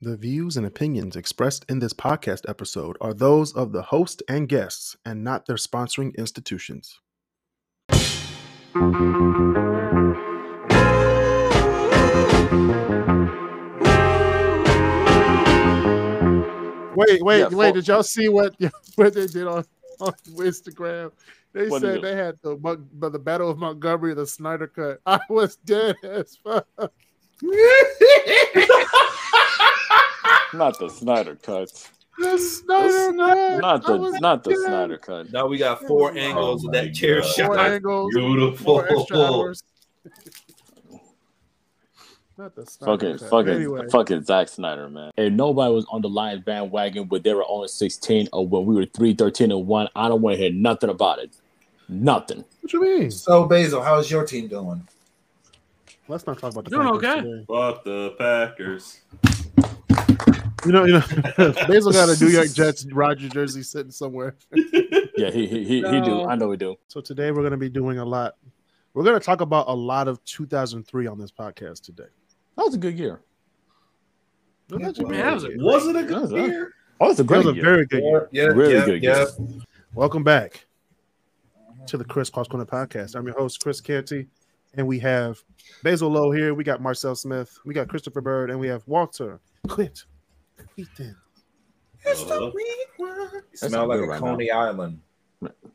The views and opinions expressed in this podcast episode are those of the host and guests and not their sponsoring institutions. Wait, wait, Yeah, wait! for- Did y'all see what what they did on, on Instagram? They What is said it? they had the Mon- the the Battle of Montgomery, the Snyder Cut. I was dead as fuck. Not the Snyder cuts. The Snyder Cut. Not I the was not the dead. Snyder cut. Now we got four angles of that Oh chair God. Four shot. angles, Beautiful. four extra hours. Not the Snyder Fuck it, Cut. fuck it, Anyway, fuck it, Zack Snyder, man. If nobody was on the Lions bandwagon, but they were on 16 or when we were 3, 13, and 1, I don't want to hear nothing about it. Nothing. what you mean? So Basil, how's your team doing? Let's not talk about the Doing Packers okay. today. Fuck the Packers. You know, you know, Basil got a New York Jets Roger jersey sitting somewhere. Yeah, he he he, he do. No. I know he do. So today we're going to be doing a lot. We're going to talk about a lot of 2003 on this podcast today. That was a good year. Don't let you Yeah, be- Man, that was a Was it a That good was a- year? That was a That great was a year. very good year. Yeah, yeah, Really yeah, good yeah. Welcome back to the Chris Cross Corner Podcast. I'm your host, Chris Canty, and we have Basil Lowe here. We got Marcel Smith. We got Christopher Bird, and we have Walter Clint. Clinton. Uh, That Smell sound like good a right Coney Island.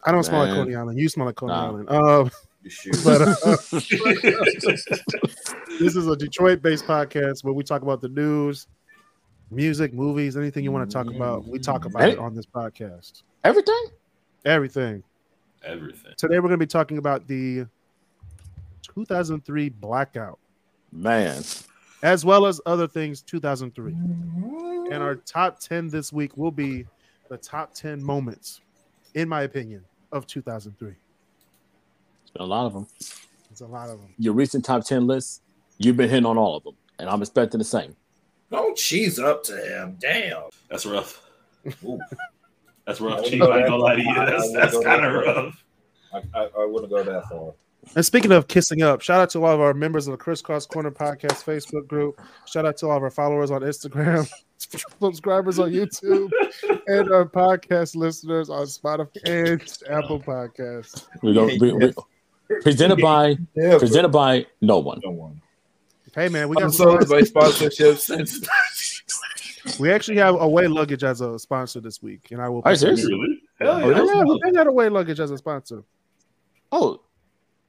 I don't smell like Man. Coney Island. You smell like Coney Nah. Island. Um, You shoot. but uh, this is a Detroit-based podcast where we talk about the news, music, movies, anything you want to talk about. We talk about it on this podcast. Everything? Everything. everything. Today we're going to be talking about the 2003 blackout, Man. as well as other things 2003. And our top 10 this week will be the top 10 moments, in my opinion, of 2003. A lot of them. It's a lot of them. Your recent top 10 list, you've been hitting on all of them. And I'm expecting the same. Don't cheese up to him. Damn. That's rough. Ooh, That's rough, Chief. I ain't gonna lie to you. That's, that's kind of rough. I, I, I wouldn't go that far. And speaking of kissing up, shout out to all of our members of the Crisscross Corner Podcast Facebook group. Shout out to all of our followers on Instagram, subscribers on YouTube, and our podcast listeners on Spotify and Apple Podcasts. We go, we, we, presented by Yeah, presented by no one. no one. Hey man, we got some Episodes by sponsorship since We actually have away luggage as a sponsor this week, and I will. Are you serious? Really? Hell yeah. Oh, Yeah, that's rough. they got away luggage as a sponsor. Oh,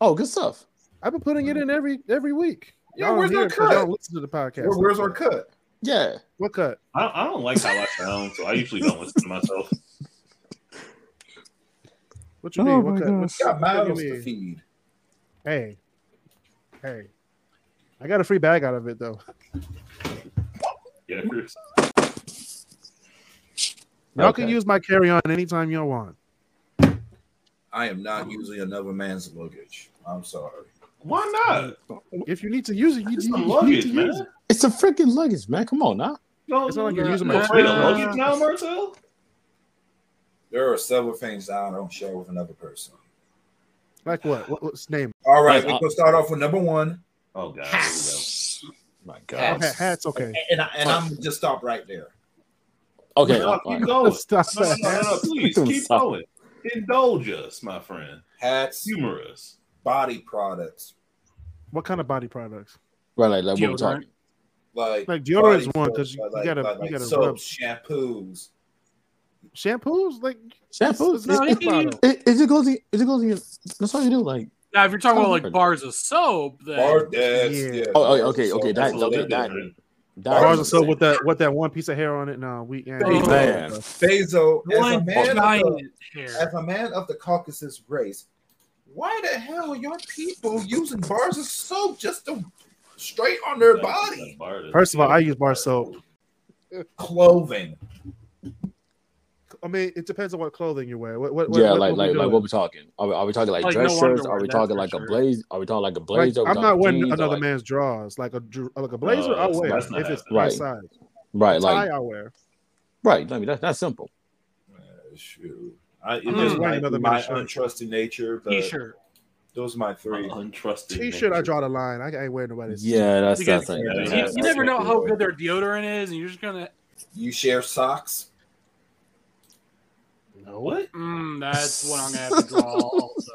oh, good stuff. I've been putting it in every every week. Yeah, Y'all where's don't our hear it 'cause y'all cut? don't listen to the podcast. Where- where's our cut? Yeah. What cut? I, I don't like how I sound, so I usually don't listen to myself. What you Oh mean? my What cut? What, Got what miles cut you to mean? feed. Hey, hey, I got a free bag out of it though. Yeah, Chris. Y'all can Okay. use my carry on anytime y'all want. I am not using another man's luggage. I'm sorry. Why not? If you need to use it, you, It's you, the you need luggage, to man. use it. It's a freaking luggage, man. Come on Oh now. No, It's not like you're using no, my wait, the phone. luggage now, Marcel. There are several things I don't share with another person. Like what? what what's name? All right, Yeah, we're gonna start off with number one. Oh god. here we go. Hats. My Oh, God. ha- hats. Okay. And I, and I'm uh, just stop right there. Okay. No, all keep right. going. Stop No, no, no, no, that. please I'm keep sorry. going. Indulge us, my friend. Hats, Humor us. body products, What kind of body products? Right, like, like what we're Deodorant. talking. like Like deodorant is body one soap, because you, you like- gotta like- you like gotta rub soaps, shampoos. shampoos like Shampoo. It's not it, a bottle. it, it just goes. in- It just goes. in your- That's all you do. Like. Now, if you're talking about Sounds like bars of soap, then Bar, that's, Yeah. yeah. Oh, oh, okay, soap. okay, That's that- a little that- bit that- different. that- Bars of soap with that with that one piece of hair on it. No, we ain't. Oh, man. Basil, as a, one man of giant the, hair. as a man of the Caucasus race, why the hell are your people using bars of soap just to straight on their body? First of all, I use bar soap. Clothing. I mean, it depends on what clothing you wear. What, what, what yeah, what- like what we like like doing? what we talking? Are we, are we talking like, Like, dress no shirts? underwear, Are we that's talking for like a sure. blaze? Are we talking like a Like, blazer? Are we I'm talking not wearing jeans? Or, another like- Uh, man's drawers, like a dr- like a blazer. I'll that's- wear that's if not it's happening. Right. outside. Right, Tie like I wear. right. I mean, that, that's simple. Uh, shoot. I, it Mm. Why just might be Hmm. another my man shirt? untrusting nature, but T-shirt. Those are my three. Untrusted. T-shirt, I draw the line. I ain't wearing nobody's. Yeah, that's Because- that's like Yeah, You, yeah. you never know how good their deodorant is, and you're just gonna. You share socks. What? Mm, that's what I'm gonna have to draw. Also,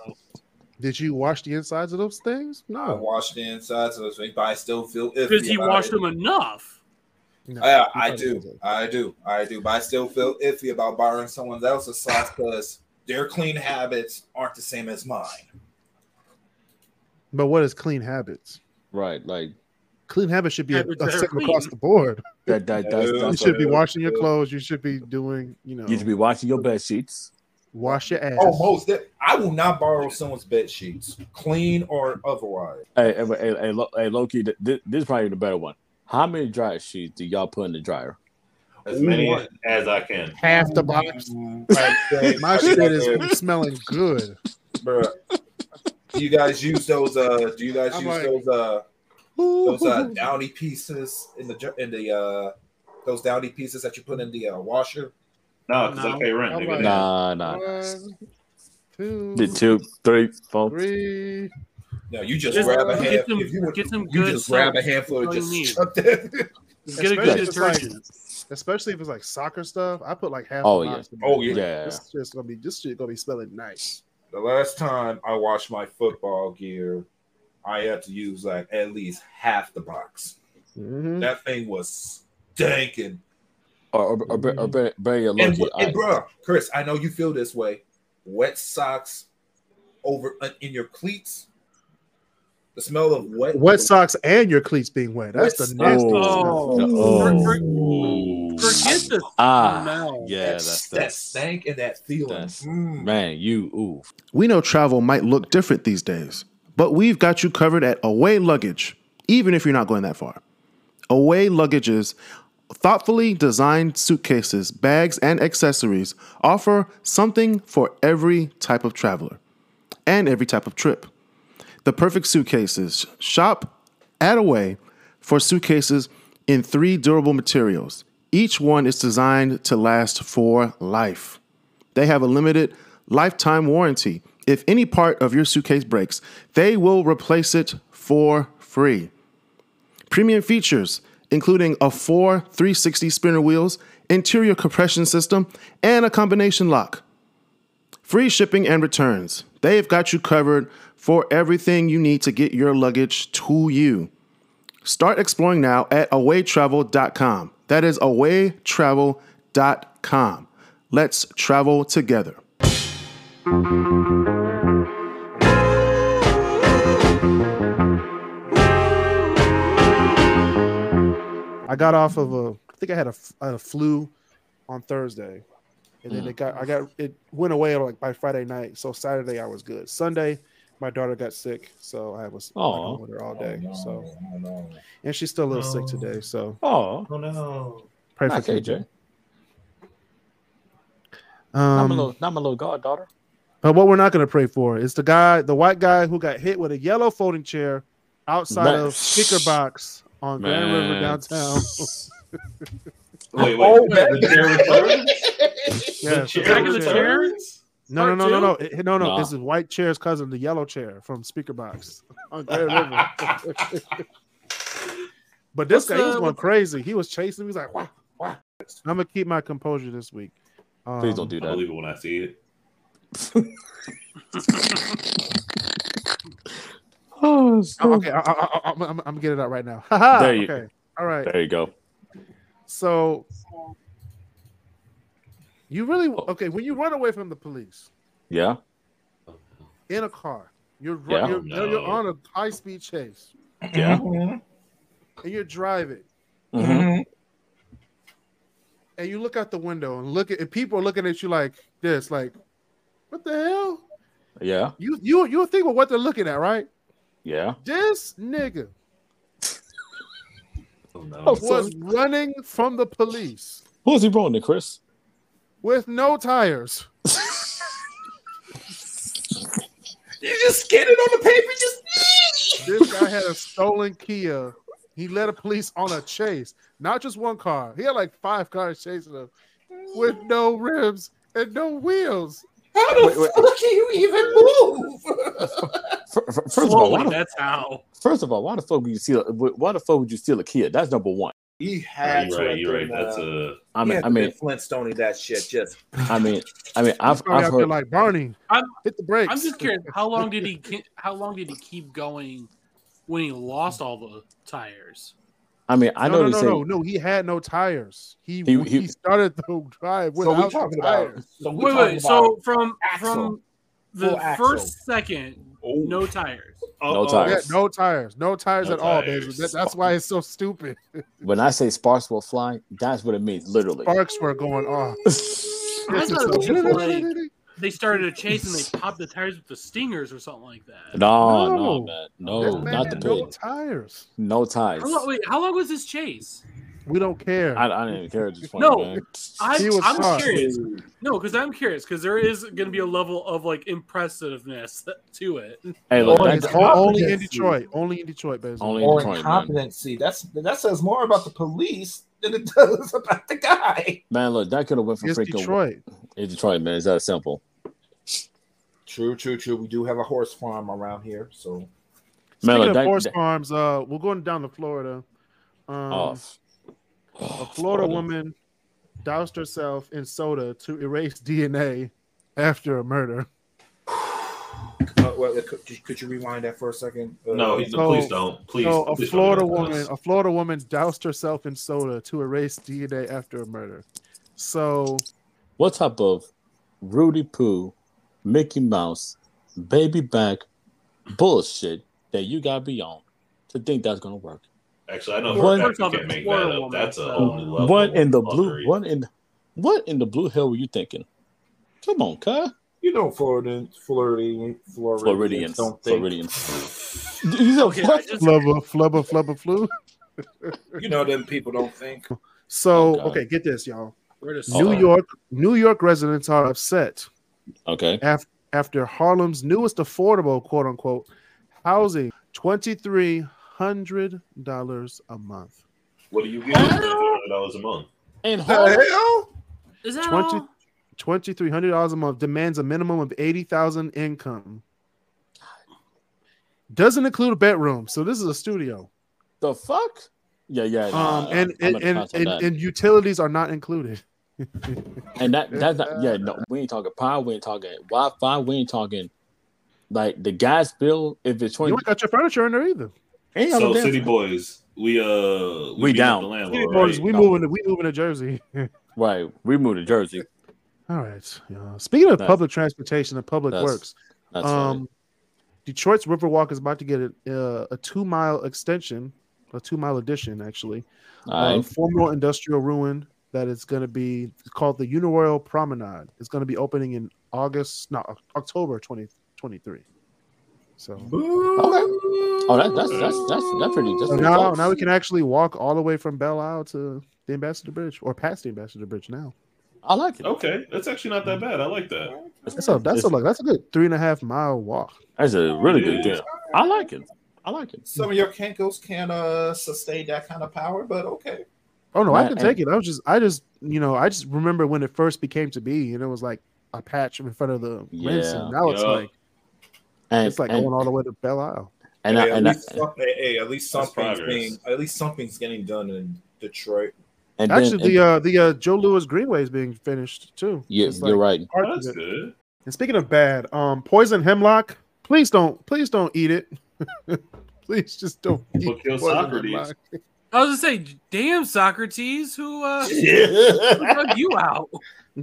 Did you wash the insides of those things? I No. washed the inside, so it's- but I still feel iffy. because he about washed it. them enough. No. Yeah, You I probably do. didn't. I do. I do. But I still feel iffy about borrowing someone else's socks because their clean habits aren't the same as mine. But what is clean habits? right, like Clean habits should be a, Habits a that are same clean. across the board. that that that's, Yeah. You that's should be Yeah. washing your clothes. You should be doing, you know, you should be washing your bed sheets. wash your ass. Oh, most. de- I will not borrow someone's bed sheets, clean or otherwise. Hey, hey, hey, hey, Lo- hey Loki, th- th- this is probably the better one. How many dry sheets do y'all put in the dryer? As many as I can. Half the box. My My shit is smelling good. Bruh. Do you guys use those? Uh, do you guys I'm use like- those? Uh, those uh, downy pieces in the ju- in the uh, those downy pieces that you put in the uh, washer? Oh, No, because No. I pay rent. How Nigga. about- Nah, nah. One, two, Did two, three, four. three. No, you just Just grab a get hand. some- if you would- get some you good just grab a soap. handful and That's all you just chuck that. Just get a Especially good if it's like- detergent. Especially if it's like soccer stuff, I put like half. Oh, the yeah. box in Oh, there. yeah. Yeah. This shit's gonna be this shit gonna be smelling nice. The last time I washed my football gear, I had to use like at least half the box. Mm. Mhm. That thing was stinking. Or or, or, or, or bury your And, Loki. wh- and bro, Chris, I know you feel this way. Wet socks over uh, in your cleats. The smell of wet Wet socks and your cleats being wet. That's the Wet socks. nasty. Oh, No. For- for- Ooh. forget the Ah, smell. yeah, That, that's that that's stank and that feeling. that's- Mm. man. You ooh. We know travel might look different these days, but we've got you covered at Away Luggage, even if you're not going that far. Away Luggage's thoughtfully designed suitcases, bags, and accessories offer something for every type of traveler and every type of trip. The perfect suitcases. Shop at Away for suitcases in three durable materials. Each one is designed to last for life. They have a limited lifetime warranty. If any part of your suitcase breaks, they will replace it for free. Premium features, including a four 360 spinner wheels, interior compression system, and a combination lock. Free shipping and returns. They've got you covered for everything you need to get your luggage to you. Start exploring now at awaytravel.com. That is awaytravel.com. Let's travel together. I got off of a. I think I had a, f- I had a flu on Thursday, and then it got. I got it went away like by Friday night. So Saturday I was good. Sunday, my daughter got sick, so I was like, Aw. home with her all day. Oh, no, So oh, no. and she's still a little sick today. So Oh, Oh no. pray not for KJ. KJ. Not Um, my little, not my little goddaughter. But what we're not going to pray for is the guy, the white guy who got hit with a yellow folding chair outside Man. of Kicker Box on Grand River downtown. Wait, wait. Oh, the chair returns? Yes. The Back of the Chair. chair? returns? No, no, no, no, no, It- no, no. Nah. This is White Chair's cousin, the yellow chair from Speaker Box on Grand River. but this What's guy, he was the- going crazy. He was chasing me. He was like, wah, wah. I'm going to keep my composure this week. Um, Please don't do I that. believe it when I see it. Oh, Oh, okay, I, am I'm going to get it out right now. Ha-ha, There you go. okay. All right. There you go. So you really okay when you run away from the police Yeah. in a car. You're ru- Yeah. Oh, you're, No. you're on a high speed chase Yeah. Mhm. and you're driving Mhm. Mm-hmm. and you look out the window and look at and people are looking at you like this like what the hell Yeah. you you you think of what they're looking at right Yeah. this nigga Oh no. Oh, was running from the police Who's he rolling to, Chris? with no tires You just get it on the paper. Just this guy had a stolen Kia. He led the police on a chase, not just one car. He had like five cars chasing him with no rims and no wheels. how the fuck can you even move? fir- fir- First of all, why Slowly, the, that's how. first of all, why the fuck would you steal? Why the fuck would you steal a kid? That's number one. He Yeah, had you're to. right. have You're right. been, That's uh, a I he mean, had I to mean, be Flintstone that shit. Just I mean, I mean, I've, Probably I've out there heard. like Barney. I'm- hit the brakes. I'm just curious. How long did he? ke- How long did he keep going when he lost all the tires? I mean, I know no, they no, say. no, no, no. He had no tires. He he, He- he- started the drive so we without talking tires. about. So we Wait, talking wait. about. So from Axle. from the Full axle. first second, oh, no tires. No uh-oh. tires. Yeah, no tires, no tires No at all, tires. Basil. That, that's why it's so stupid. When I say sparks will fly, that's what it means, literally. Sparks were going off. I This is thought it was so- just like they started a chase and they popped the tires with the stingers or something like that. No, no, No. man, This no, man Oh, not the had pig. no No, tires. ties. How long, wait, how long was this chase? We don't care. I, I didn't care at this point, No. man. I, He was I'm hot. curious. No, because I'm curious because there is going to be a level of like impressiveness to it. Hey, Oh, look, it's that's o- hot. only in Yes. Detroit. Only in Detroit, Basil. only in Or Detroit, man. incompetency. That's that says more about the police than it does about the guy. Man, look, that could have went for it's freaking. Detroit. It's Detroit, man. It's that simple. True, true, true. We do have a horse farm around here, so Man, Speaking look, of that, horse that- farms, uh, we're going down to Florida. Um, oh, a Florida woman doused herself in soda to erase DNA after a murder. uh, well, could, you- could you rewind that for a second? Uh, No, he- So- please don't. Please. so a please don't Florida do woman, this. a Florida woman doused herself in soda to erase DNA after a murder. So What type of Rudy Poo, Mickey Mouse, baby back bullshit that you gotta be on to think that's gonna work? Actually, I know What- for a fact First off, you can't it's make Florida that up. woman, That's a so- whole new level. What in the of blue? fuckery. What in what in the blue hell were you thinking? Come on, cuh. you know, Floridian, Floridian, Floridians, Floridians, don't think. Floridians. You said Okay, I what? just- flubba flubba flubba flu. You know, them people don't think. So Oh, God. okay, get this, y'all. We're just Uh-oh. New York, New York residents are upset Okay. af- after Harlem's newest affordable quote unquote housing twenty three hundred dollars a month. What do you get? $100 a month. And The Harlem, hell? Is that 20 all? Twenty three hundred dollars a month demands a minimum of eighty thousand income. Doesn't include a bedroom, so this is a studio. the fuck? Yeah, yeah. Um, and and and, and, and, and utilities are not included. and that that's not. Yeah, no, we ain't talking power. We ain't talking Wi-Fi. We ain't talking like the gas bill. If it's You twenty, ain't got your furniture in there either. ain't So, no damn- City Boys, we uh, We beat up down. The landlord, City boys, right? we no. moving. To, we moving to Jersey. right? We moved to Jersey. All right. Yeah. Speaking of That's- public transportation and public that's- works, That's um, Detroit's Riverwalk is about to get a, uh, a two mile extension, a two mile addition, actually. funny. All Um, right. former industrial ruin that is going to be called the Uniroyal Promenade. It's going to be opening in August, no, October 2023. So. Oh, that, that's that's that's that's pretty. That's so pretty now, close. now we can actually walk all the way from Belle Isle to the Ambassador Bridge or past the Ambassador Bridge now. I like it. Okay, that's actually not that bad. I like that. That's a that's a like that's a good three and a half mile walk. That's a really good Yeah. deal. I like it. I like it. Some of your cankles can uh, sustain that kind of power, but okay. Oh no, I Right, can and- take it. I was just, I just, you know, I just remember when it first became to be, and it was like a patch in front of the Yeah. rinse, and now it's Yeah. like And it's like and, going all the way to Belle Isle. and, I, hey, at and, I, least some- hey, hey, at least That's something's progress. being at least something's getting done in Detroit. and then- Actually, and- the uh, the uh, Joe Lewis Greenway is being finished too. you, It's you're like right. parts Oh, of that's it. good. And speaking of bad, um, poison hemlock. Please don't, please don't eat it. please just don't eat What kills poison Socrates? hemlock. I was gonna say, damn Socrates, who uh, who Yeah. dug you out?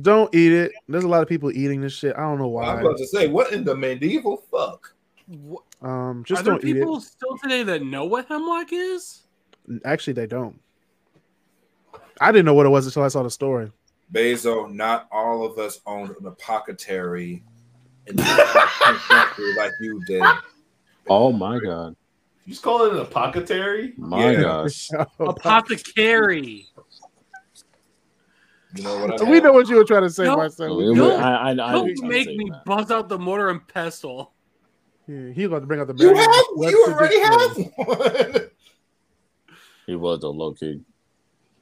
Don't eat it. There's a lot of people eating this shit. I don't know I was why. about to say, what in the medieval fuck? Wha- Um, Are just there don't eat it. people still today that know what hemlock is? Actually, they don't. I didn't know what it was until I saw the story. Basil, not all of us owned an apothecary in the 19th century like you did. Oh my god. You just call it an apothecary? My Yeah. gosh. Apothecary. You know what I So mean? we know what you were trying to say, No. Marcel. We- we- Don't- I, I, I know what Don't you're make saying, me man. buzz out the mortar and pestle. Yeah, he's about to bring out the You Marion have, you Webster already dictionary. have one. He was a low key.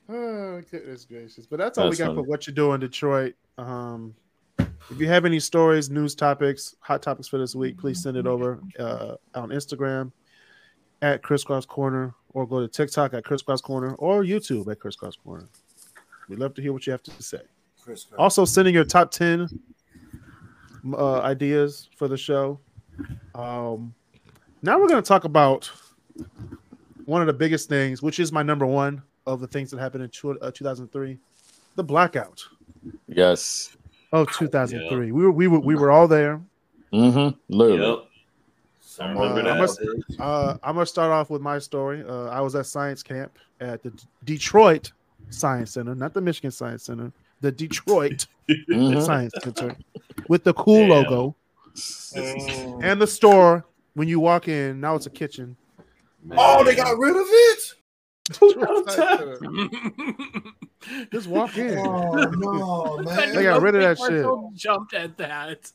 Oh, goodness gracious! But that's all we That's got funny. for what you do in Detroit. Um, If you have any stories, news topics, hot topics for this week, please send it over uh, on Instagram at Crisscross Corner or go to TikTok at Crisscross Corner or YouTube at Crisscross Corner. We'd love to hear what you have to say. Chris Cross. Also, send in your top 10 uh, ideas for the show. Um, now we're going to talk about one of the biggest things, which is my number one of the things that happened in two, uh, 2003 the blackout Yes. of 2003. We were we were we were all there. Mm-hmm. Literally. Yep. I Uh, remember I that. must- Uh, I'm gonna start off with my story. Uh, I was at science camp at the D- Detroit Science Center, not the Michigan Science Center, the Detroit Mhm. Science Center, with the cool Damn. logo Oh. and the store. When you walk in, now it's a kitchen. oh, they got rid of it. Just walk in. Oh no, man. They got rid of that shit. Jumped at that.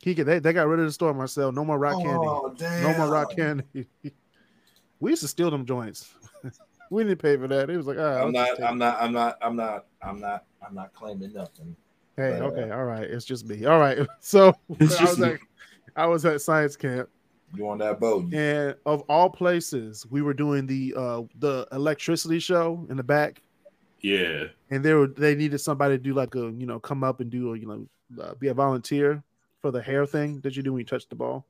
He could, they, they got rid of the store, Marcel. No more rock candy. Oh, damn. No more rock candy. we used to steal them joints. we didn't pay for that. It was like, all right, I'm I'll just not. take it. I'm not. I'm not. I'm not. I'm not. I'm not claiming nothing. Hey, But, uh, okay, all right. It's just me. All right. So It's I just was me. at, I was at science camp, You on that boat? you- and of all places, we were doing the uh the electricity show in the back, yeah. and they were they needed somebody to do like a you know come up and do a, you know uh, be a volunteer for the hair thing that you do when you touch the ball.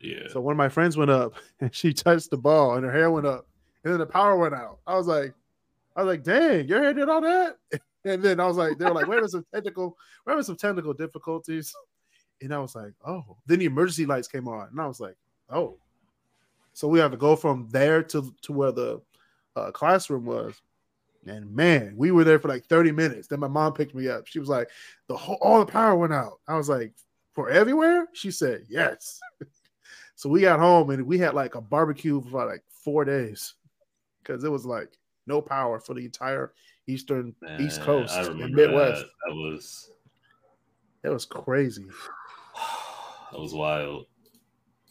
Yeah. So one of my friends went up and she touched the ball and her hair went up and then the power went out. I was like, I was like, dang, your hair did all that. And then I was like, they were like, we're having some technical, we're having some technical difficulties. And I was like, oh. Then the emergency lights came on, and I was like, oh. So we had to go from there to to where the uh, classroom was. And man, we were there for like 30 minutes. Then my mom picked me up. She was like, the whole all the power went out. I was like, for everywhere? She said, yes. so we got home and we had like a barbecue for like four days because it was like no power for the entire eastern east Man, coast I and remember midwest. That. that was That was crazy. that was wild.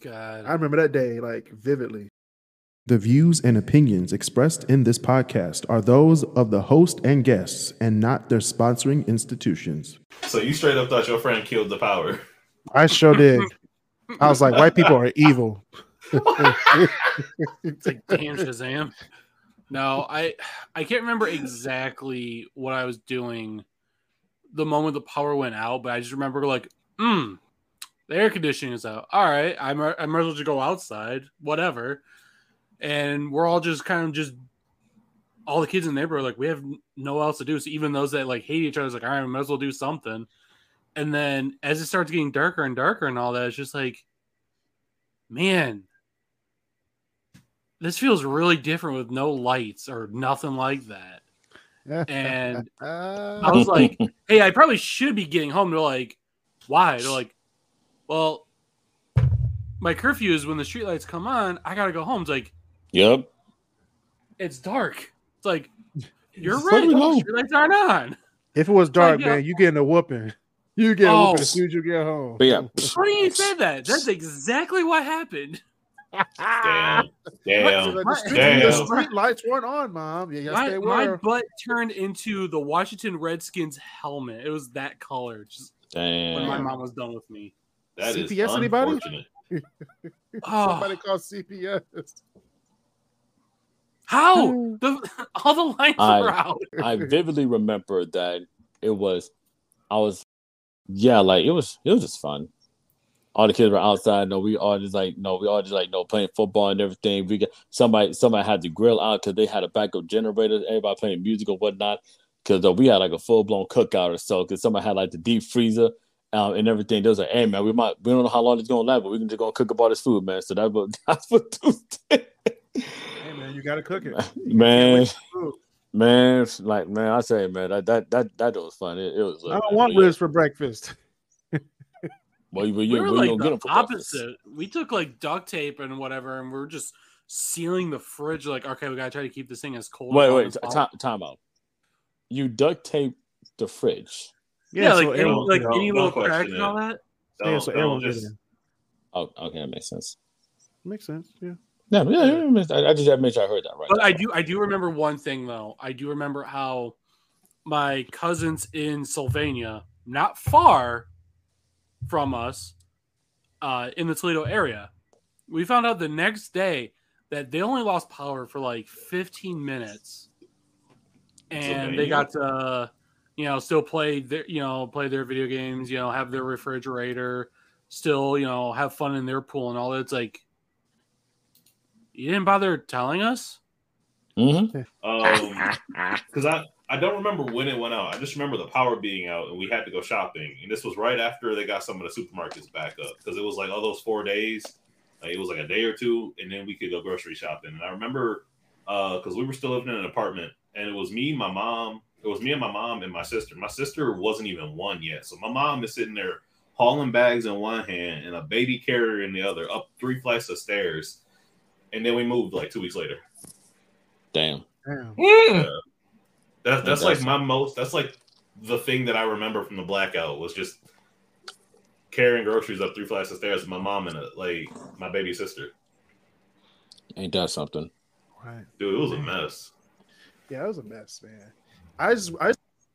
God. I remember that day like vividly. The views and opinions expressed in this podcast are those of the host and guests and not their sponsoring institutions. So you straight up thought your friend killed the power. I sure did. I was like, white people are evil. It's like damn Shazam. No, I I can't remember exactly what I was doing the moment the power went out, but I just remember like, mm, the air conditioning is out. All right, I might I might as well just go outside, whatever. And we're all just kind of just all the kids in the neighborhood are like we have no else to do. So even those that like hate each other, is like all right, we might as well do something. And then as it starts getting darker and darker and all that, it's just like, man, this feels really different with no lights or nothing like that. And I was like, hey, I probably should be getting home. They're like, why? They're like, well, my curfew is when the streetlights come on. I gotta go home. It's like Yep. it's dark. It's like you're It's right. totally The home. streetlights aren't on. if it was dark, yeah. man, you getting a whooping. You get a Oh. whooping as soon as you get home. But yeah. Funny you said that. That's exactly what happened. Damn. Damn. Like, the, street, Damn. the street lights weren't on, mom. Yeah, yes, My, they my were. butt turned into the Washington Redskins helmet. It was that color. Just when my Damn. mom was done with me. That is CPS anybody? unfortunate. Oh. Somebody called CPS. How the all the lights I- were out? I vividly remember that it was I was yeah, like it was it was just fun. All the kids were outside, no, we all just like no, we all just like no playing football and everything. We got somebody somebody had the grill out because they had a backup generator, everybody playing music or whatnot. Cause uh, we had like a full blown cookout or so, cause somebody had like the deep freezer um, and everything. They was like, hey man, we might we don't know how long it's gonna last, but we can just go cook up all this food, man. So that's what that's what Tuesday. Hey, man, you got to cook it. Man, food. man, it's like man, I say, man, that that that that was fun. It, it was. I don't want ribs for breakfast. Well, you, well, you, We were well, you like don't get the them for opposite. breakfast. We took like duct tape and whatever, and we were just sealing the fridge. Like, okay, we gotta try to keep this thing as cold. Wait, as wait, possible. time, time out. You duct tape the fridge. Yeah, so like, any, air- won't like get out. any Don't little question cracks and it. all that. Don't, yeah, so air don't won't get just, in. Oh, okay, that makes sense. Makes sense. Yeah. Yeah, yeah, yeah, it makes- I, I just had to make sure I heard that right. But I do, I do remember one thing though. I do remember how my cousins in Sylvania, not far, from us uh, in the Toledo area. We found out the next day that they only lost power for like 15 minutes, and they got to you know still play their you know play their video games, you know have their refrigerator, still you know have fun in their pool and all that. It's like you didn't bother telling us. Mm-hmm. Um, because I I don't remember when it went out. I just remember the power being out, and we had to go shopping. And this was right after they got some of the supermarkets back up because it was like all those four days. Like it was like a day or two, and then we could go grocery shopping. And I remember because we were still living in an apartment, and it was me, my mom. It was me and my mom and my sister. My sister wasn't even one yet, so my mom is sitting there hauling bags in one hand and a baby carrier in the other up three flights of stairs. And then we moved like two weeks later. Damn. Damn. That's that's That's- like my most. That's like the thing that I remember from the blackout was just carrying groceries up three flights of stairs with my mom and uh like my baby sister. Ain't that something? Right. Dude, it was a mess. Yeah, that was a mess, man. I just, I,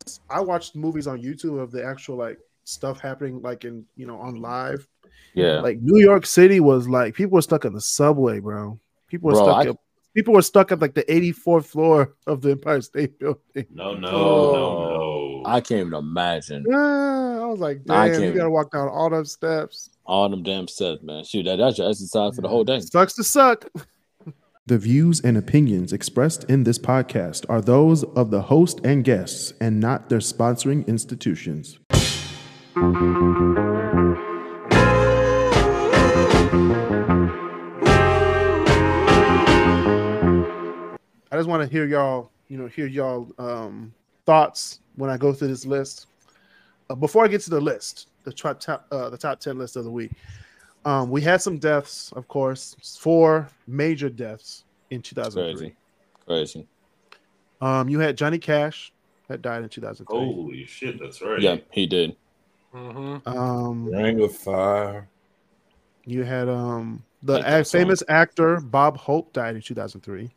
just- I watched movies on YouTube of the actual like stuff happening, like in you know on live. Yeah. Like New York City was like people were stuck in the subway, bro. People were Bro, stuck. I- at, people were stuck at like the 84th floor of the Empire State Building. No, no, Oh. no, no. I can't even imagine Yeah, I was like, Nah, I damn, you can't- gotta walk down all those steps. all them damn steps, man. Shoot, that, that's your exercise for the whole day. Sucks to suck. The views and opinions expressed in this podcast are those of the host and guests and not their sponsoring institutions. I just want to hear y'all, you know, hear y'all um, thoughts when I go through this list. Uh, before I get to the list, the top, top uh, the top ten list of the week, um, we had some deaths, of course, four major deaths in 2003. Crazy. Crazy. Um, you had Johnny Cash that died in 2003. Holy shit, that's right. Yeah, he did. Mm-hmm. Um, Ring of Fire. you had um, the Like that a- song. famous actor Bob Hope died in 2003.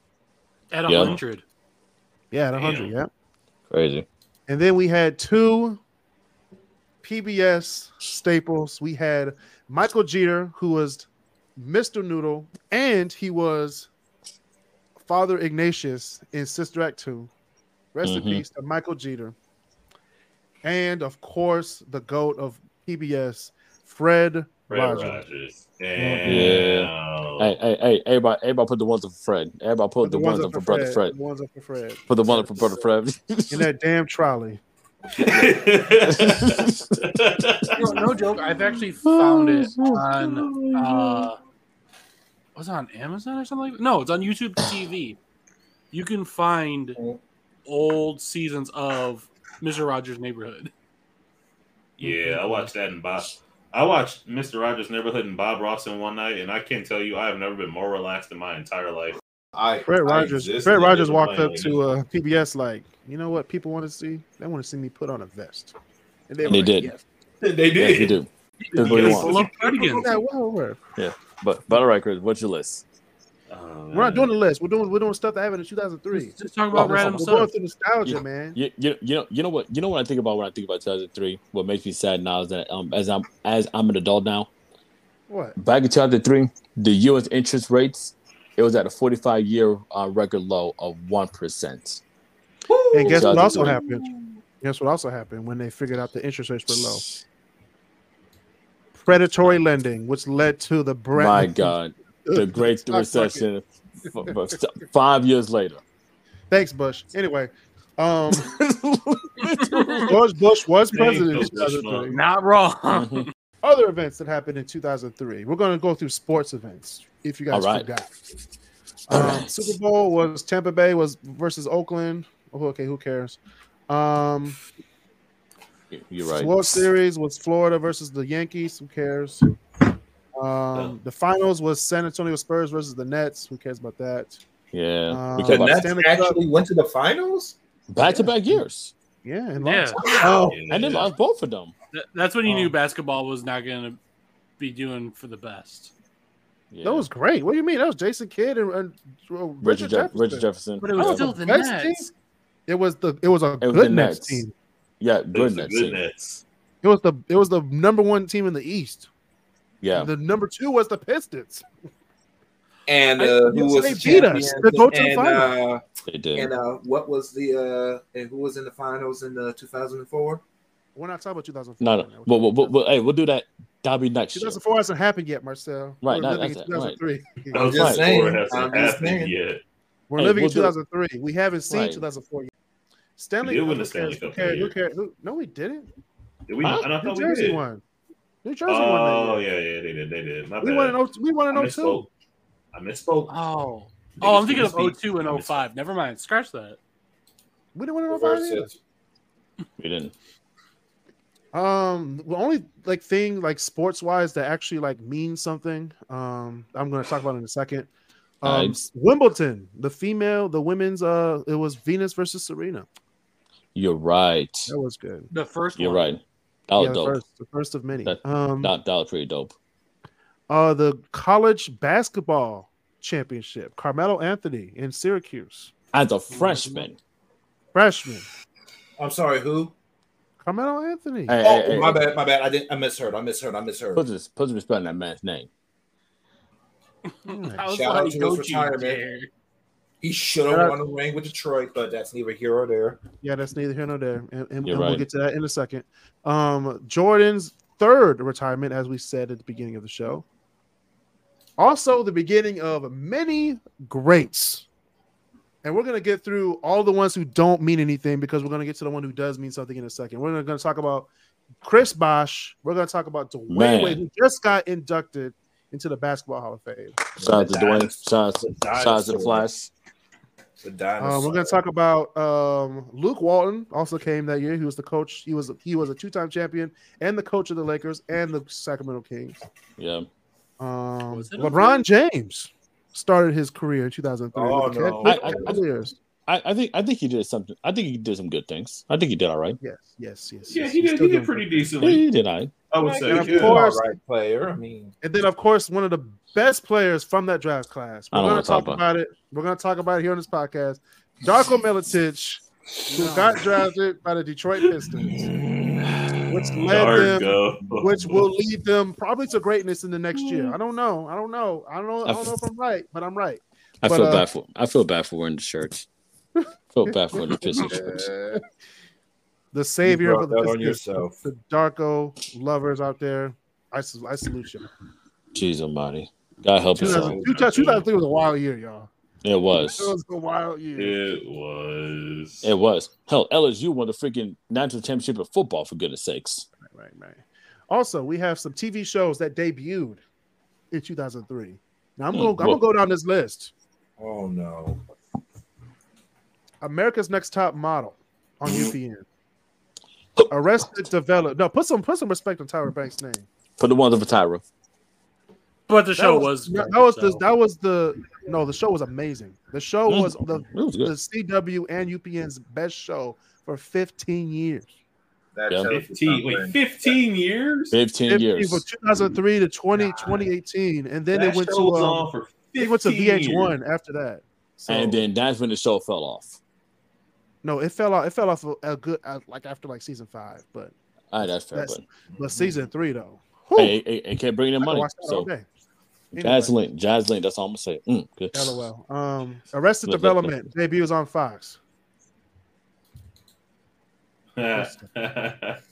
At Yeah. 100. Yeah, at 100. Damn. Yeah. Crazy. And then we had two PBS staples. We had Michael Jeter, who was Mr. Noodle, and he was Father Ignatius in Sister Act 2. Rest Mhm. in peace to Michael Jeter. And of course, the GOAT of PBS, Fred, Fred Rogers. Rogers. Damn. Hey, hey, hey, everybody, everybody put the ones up for Fred. Everybody put the, ones up for Brother Fred. The ones up for Fred. Put the one up for Brother Fred. In that damn trolley. no, no joke. I've actually found it on uh, was it on Amazon or something. Like that? No, it's on YouTube TV. You can find old seasons of Mister Rogers' Neighborhood. Yeah, I watched that in Bob. I watched Mr. Rogers' Neighborhood and Bob Ross in one night, and I can tell you, I have never been more relaxed in my entire life. I, Fred I Rogers. exist Fred in Rogers the walked up plane. to uh, PBS like, you know what people want to see? They want to see me put on a vest. And they did. Yes. they Yeah, he did. That's what he Yes. It's wants. love Yeah, cardigans. well, well. But, but all right, Chris, what's your list? Oh, We're not man. doing the list. We're doing we're doing stuff that happened in 2003. Just talking about Oh, random We're going stuff. through nostalgia, Yeah. man. You, you, you know you know what you know what I think about when I think about 2003. What makes me sad now is that um as I'm as I'm an adult now. What? Back in 2003, the U.S. interest rates it was at a 45 year uh, record low of one percent. And guess what also 2003. happened? Guess what also happened when they figured out the interest rates were low? Predatory lending, which led to the Brent. My God, the Great Stock Recession. f- f- st- Five years later, Thanks, Bush. Anyway, um, George Bush was Thank president in you, Bush, 2003. Not wrong. other events that happened in 2003. We're going to go through sports events if you guys All right. forgot. Um, Super Bowl was Tampa Bay was versus Oakland. Oh, okay, who cares? Um, you're right. World Series was Florida versus the Yankees. Who cares? Um, the finals was San Antonio Spurs versus the Nets. Who cares about that? Yeah, we Um, care The about Nets Stanley Cup. actually went to the finals? back to back years, Yeah, and yeah, lost. Oh, and they lost both of them. Th- that's when you knew Um, basketball was not going to be doing for the best. Yeah. that was great. What do you mean? That was Jason Kidd and, and uh, Richard, Richard Jeff- Jefferson. Richard Jefferson. But it was Oh, Yeah. still the the best Nets. It was the it was a was good the Nets Nets. team. yeah, It was good the Nets. good team. Nets. It was the it was the number one team in the East. Yeah. The number two was the Pistons. And I- uh, who yes, was they the beat champion? us. They go to the and, final. uh, They did. and uh, what was the uh, and who was in the finals in uh, 2004? We're not talking about 2004. no, no. But, but, but, but, hey, we'll do that. That'll be next year. 2004 hasn't happened yet, Marcel. We're Right, that- living in that's it, 2003. I was just just saying, I'm saying. Hasn't just happened saying. yet. We're Hey, living we'll in do it. 2003. We haven't seen Right. 2004 yet. Stanley We did Cup, win the who Stanley cares? Who Cup cares? that Who year. cares? Who- No, we didn't. Did we? Huh? not? And I New thought we Jersey did. won. New Jersey Oh won. That year. yeah, yeah, they did. They did. My We bad. won in oh o- we won I in 02. misspoke. I misspoke. Oh. Niggas Oh, I'm thinking misspeak. of 02 I and misspoke. 05. Never mind. Scratch that. We didn't win in 05 Reverse either. it. We didn't. Um, the only like thing like sports wise that actually like means something. Um, I'm going to talk about it in a second. Um, Nice. Wimbledon, the female, the women's. Uh, it was Venus versus Serena. You're right. That was good. The first You're one. right. That was yeah, the dope. first, the first of many. That- um, That, that was pretty dope. uh, the college basketball championship. Carmelo Anthony in Syracuse, As a freshman. freshman. I'm sorry, who? Carmelo Anthony. Hey, Oh, hey, hey, my hey, bad, my bad. I didn't. I misheard. I misheard. I misheard. Put some, put some respect on that man's name. I was Shout out to like, his don't you retirement. dare. He should have won a ring with Detroit, but that's neither here or there. Yeah, that's neither here nor there, and, and, and You're we'll right. get to that in a second. Um, Jordan's third retirement, as we said at the beginning of the show. Also, the beginning of many greats, and we're gonna get through all the ones who don't mean anything because we're gonna get to the one who does mean something in a second. We're gonna- gonna talk about Chris Bosh. We're gonna talk about Dwayne Man. Wade, who just got inducted into the Basketball Hall of Fame. Shout out to Dwayne. Shout out to- The shout out to the dinosaur. Flash. The Uh, dinosaur. we're going to talk about um, Luke Walton. Also came that year. He was the coach. He was he was a two time champion and the coach of the Lakers and the Sacramento Kings. Yeah. Um, Was it LeBron James started his career in 2003. Oh, with the no. Cavs- I- I- Cavaliers. I, I think I think he did something. I think he did some good things. I think he did all right. Yes, yes, yes. Yeah, yes. he He's did. still He did doing pretty good. He, decently. did all right. I would say. And of yeah. course- All right, player. I mean, And then, of course, one of the best players from that draft class. I We're don't going wanna to talk talk about, it. We're going to talk about it here on this podcast. Darko Milicic, who got drafted by the Detroit Pistons, which led them Darko. which will lead them probably to greatness in the next year. I don't know. I don't know. I don't know. I don't know if I'm right, but I'm right. I But, feel uh, bad for I feel bad for wearing the shirts. feel bad for wearing the Pistons shirts. The savior brought of the, that on Pistons, yourself. the Darko lovers out there. I, sal- I salute you. Jeez Almighty, God help us all. 2000 2003 was a wild year, y'all. It It was. was a wild year. It was. It was. Hell, LSU won the freaking national championship in football for goodness sakes. Right, right. Also, we have some TV shows that debuted in 2003. Now I'm Hmm, going. I'm going well- to go down this list. oh no. America's Next Top Model on UPN. Arrested Developed. No, put some put some respect on Tyra Banks' name. Put the ones over Tyra. But the That show was. that great, was the so. that was the no the show was amazing. The show Mm. was the It was the good. CW and UPN's best show for 15 years. That Yeah. tells you 15. Wait, something. 15 years? 15 15 years. from 2003 to 20, 2018, and then That it went show to was um, on for 15 it went to years. VH1 after that. So, and then that's when the show fell off. no, it fell off. It fell off a, a good uh, like after like season five, but All right, that's fair. That's- but but season three though. Whew, hey, it, it, kept bringing in I could money. watch that all So day. Anyway. Jazz Link, Jazz Link, that's all I'm gonna say. Mm, good. LOL. Um, Arrested Look, look, look. Development debuts on Fox. I That's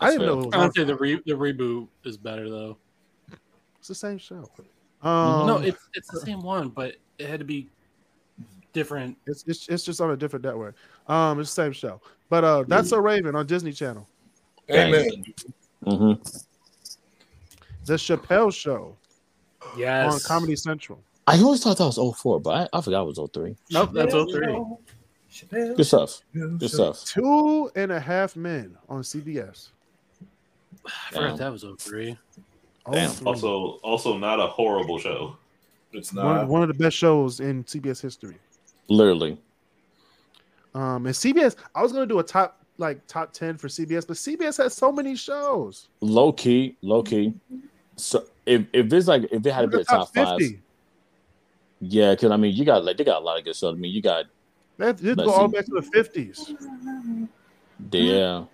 didn't fair. know it was I on would say the Fox. re- the reboot is better though. It's the same show. Mm-hmm. Um, no, it's it's the same one, but it had to be different. it's, it's it's just on a different network. Um, it's the same show. But uh, that's a Raven on Disney Channel. Amen. Mhm. The Chappelle Show Yes. on Comedy Central. I always thought that was 04, but I, I forgot it was 03. Nope, that's 03. Chappelle, Good stuff. Chappelle, Good stuff. Two and a Half Men on CBS. I forgot that was 03. Oh, Damn. three. also, also not a horrible show. It's one, not. one of the best shows in CBS history. Literally. Um, and CBS. I was gonna do a top like top ten for CBS, but CBS has so many shows. Low key, low key. So if, if it's like if it had to be a The top, five, yeah, because I mean you got like they got a lot of good stuff. I mean you got That did But go all see- back to the fifties. the yeah.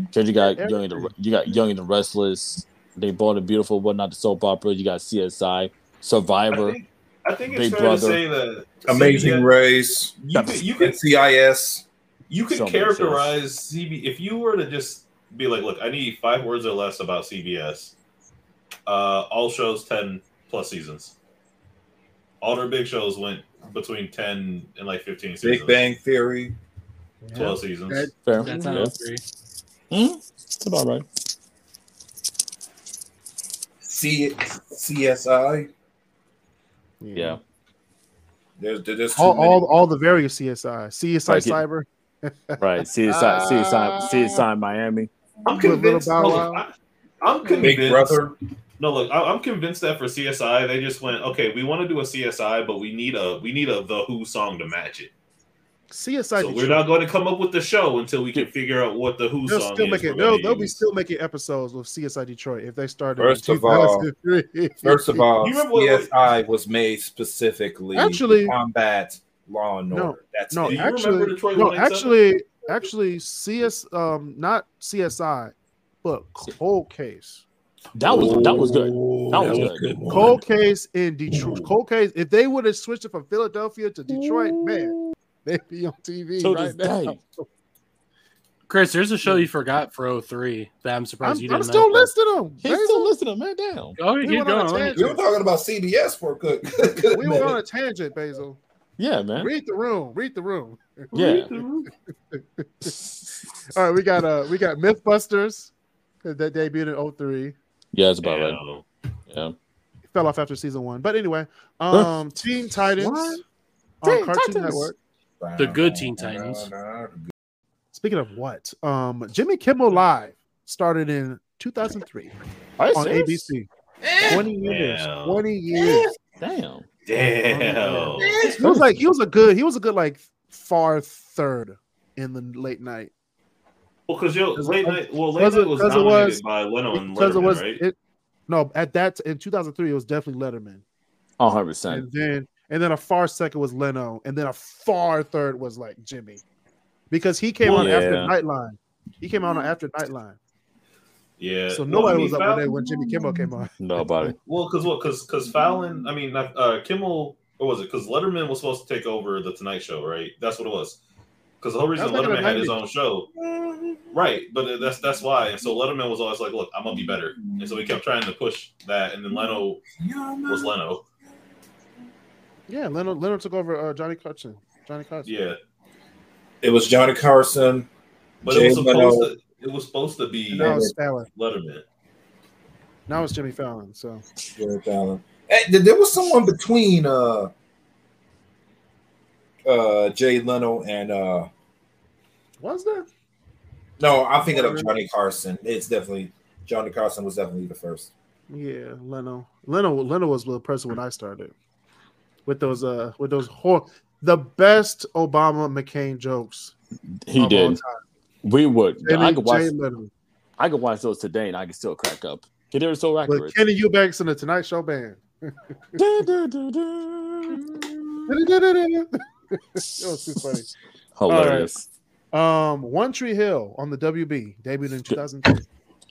Because you got young and the you got young and the restless. They bought a beautiful whatnot the soap opera. You got CSI, I Survivor. think, I think it's Big fair Brother. to say that Amazing CBS Race, You could, you could NCIS. you could So many shows. characterize CB if you were to just be like, look, I need five words or less about CBS. Uh, all shows ten plus seasons. All their big shows went between ten and like fifteen seasons. Big Bang Theory. twelve seasons. That- Fair. That's Yeah. not oh agree. Hmm? It's about right. C- CSI. Yeah. There's, there's too All, many. all, all the various CSI, CSI Right, yeah. Cyber. Right. CSI, CSI, CSI Miami. I'm With Little convinced. Bow no, look, Wow. I, am Big convinced. Brother. No, look, I, I'm convinced that for CSI, they just went, okay, we want to do a CSI, but we need a we need a The Who song to match it. CSI. so Detroit. we're not going to come up with the show until we can figure out what the Who They'll song still is. make we're it. gonna They'll, they'll be use. still making episodes with CSI Detroit if they started. First in of all- 2003. First of all, You remember what- CSI was made specifically Actually- to combat law and No, order. That's no, Do you it. remember actually, Detroit no, 187? actually, actually, CS, um, not CSI, but Cold Case. That was that was good. That was That good. was a good one. Cold Case in Detroit. Cold Case. If they would have switched it from Philadelphia to Detroit, man, they'd be on TV To right this now. day. Chris, there's a show you forgot for 03 that I'm surprised I'm, you I'm didn't. still know. listening them. He's still listening, man. Damn. Oh, We you keep went on a going. Let me- We were talking about CBS for a good. good We minute. were on a tangent, Basil. Yeah, man. Read the room. Read the room. Yeah. All right, we got uh, we got MythBusters that debuted in 03. Yeah, that's about right. Damn. Yeah. fell off after season one. But anyway, um, Teen Titans What? on Teen Cartoon Titans. Network. The good Teen Titans. Speaking of what, um, Jimmy Kimmel Live started in 2003 Are you on serious? ABC. Eh. 20 years, Yeah. 20 years. Damn. Damn. He was like he was a good, he was a good like far third in the late night Well, because yo, late night. Well, late Because it- night was because it dominated was- by Leno and because it Letterman, was right? it. No, at that in 2003 it was definitely Letterman, 100 percent. and then and then a far second was Leno, and then a far third was like Jimmy, because he came Well, on after yeah. Nightline. He came on after Nightline. yeah. So Well, nobody I mean, was up Fallon- with it when Jimmy Kimmel came on. Nobody. Well, because what? Because because Fallon. I mean, not- uh, Kimmel. What was it? Because Letterman was supposed to take over the Tonight Show, right? That's what it was. Because the whole reason That was like in Letterman the had his own show, right? But that's that's why. And so Letterman was always like, "Look, I'm gonna be better," and so he kept trying to push that. And then Leno was Leno. Yeah, Leonard Leonard took over uh, Johnny Carson. Johnny Carson. Yeah, It was Johnny Carson. but it was Jay supposed Leno. to. It was supposed to be And now it's Fallon. Letterman. Now it's Jimmy Fallon. So Jared Allen. Eh, th- There was someone between uh, uh, Jay Leno and uh, was there? no, I'm thinking of Johnny Carson. It's definitely Johnny Carson was definitely the first. Yeah, Leno. Leno. Leno was the person when I started with those uh with those hor- the best Obama McCain jokes. He of all did. time. We would. I Jimmy, could watch. Jay Leno. I could watch those today, and I could still crack up. 'Cause They were so accurate. With Kenny Eubanks and the Tonight Show band. Da, da, da, da. it was too funny. Hilarious. Um, One Tree Hill on the WB debuted in 2003.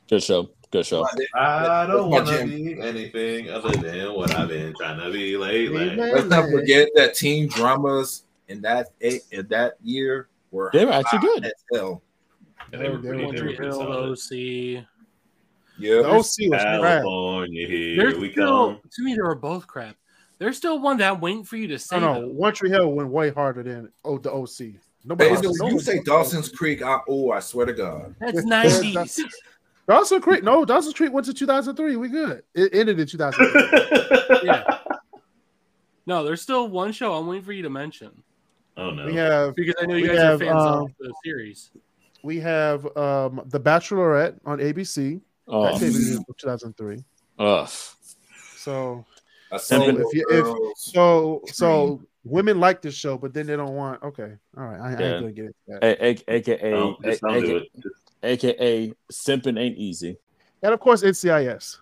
Good show. Good show. I don't That's want my to be anything other than what I've been trying to be lately. Let's not forget that teen dramas in that eh, in that year were They were actually good. as hell. And they were They pretty, were they were pretty Country pretty Hill, solid. OC. The Yeah, OC was crap. California, There's here we still, come. to me, they were both crap. There's still one that I'm waiting for you to say. No, no, though. One Tree Hill went way harder than oh, the OC. Nobody. Basil, no you one- say Dawson's Creek? I, oh, I swear to God, That's Yeah, 90s. that's- Dawson Creek. No, Dawson Creek went to 2003. We good. It ended in 2003. yeah. No, there's still one show I'm waiting for you to mention oh no. we have because I know you We guys have, are fans um, of the series. we have um the Bachelorette on ABC. That Oh, debuted in 2003. ugh. So I If single you- if- girls. so so women like this show, but then they don't want. Okay, all right. I, I Yeah. ain't gonna get it. That. A- a- AKA, No, a- just don't do AKA, it. AKA, simping ain't easy. And of course, NCIS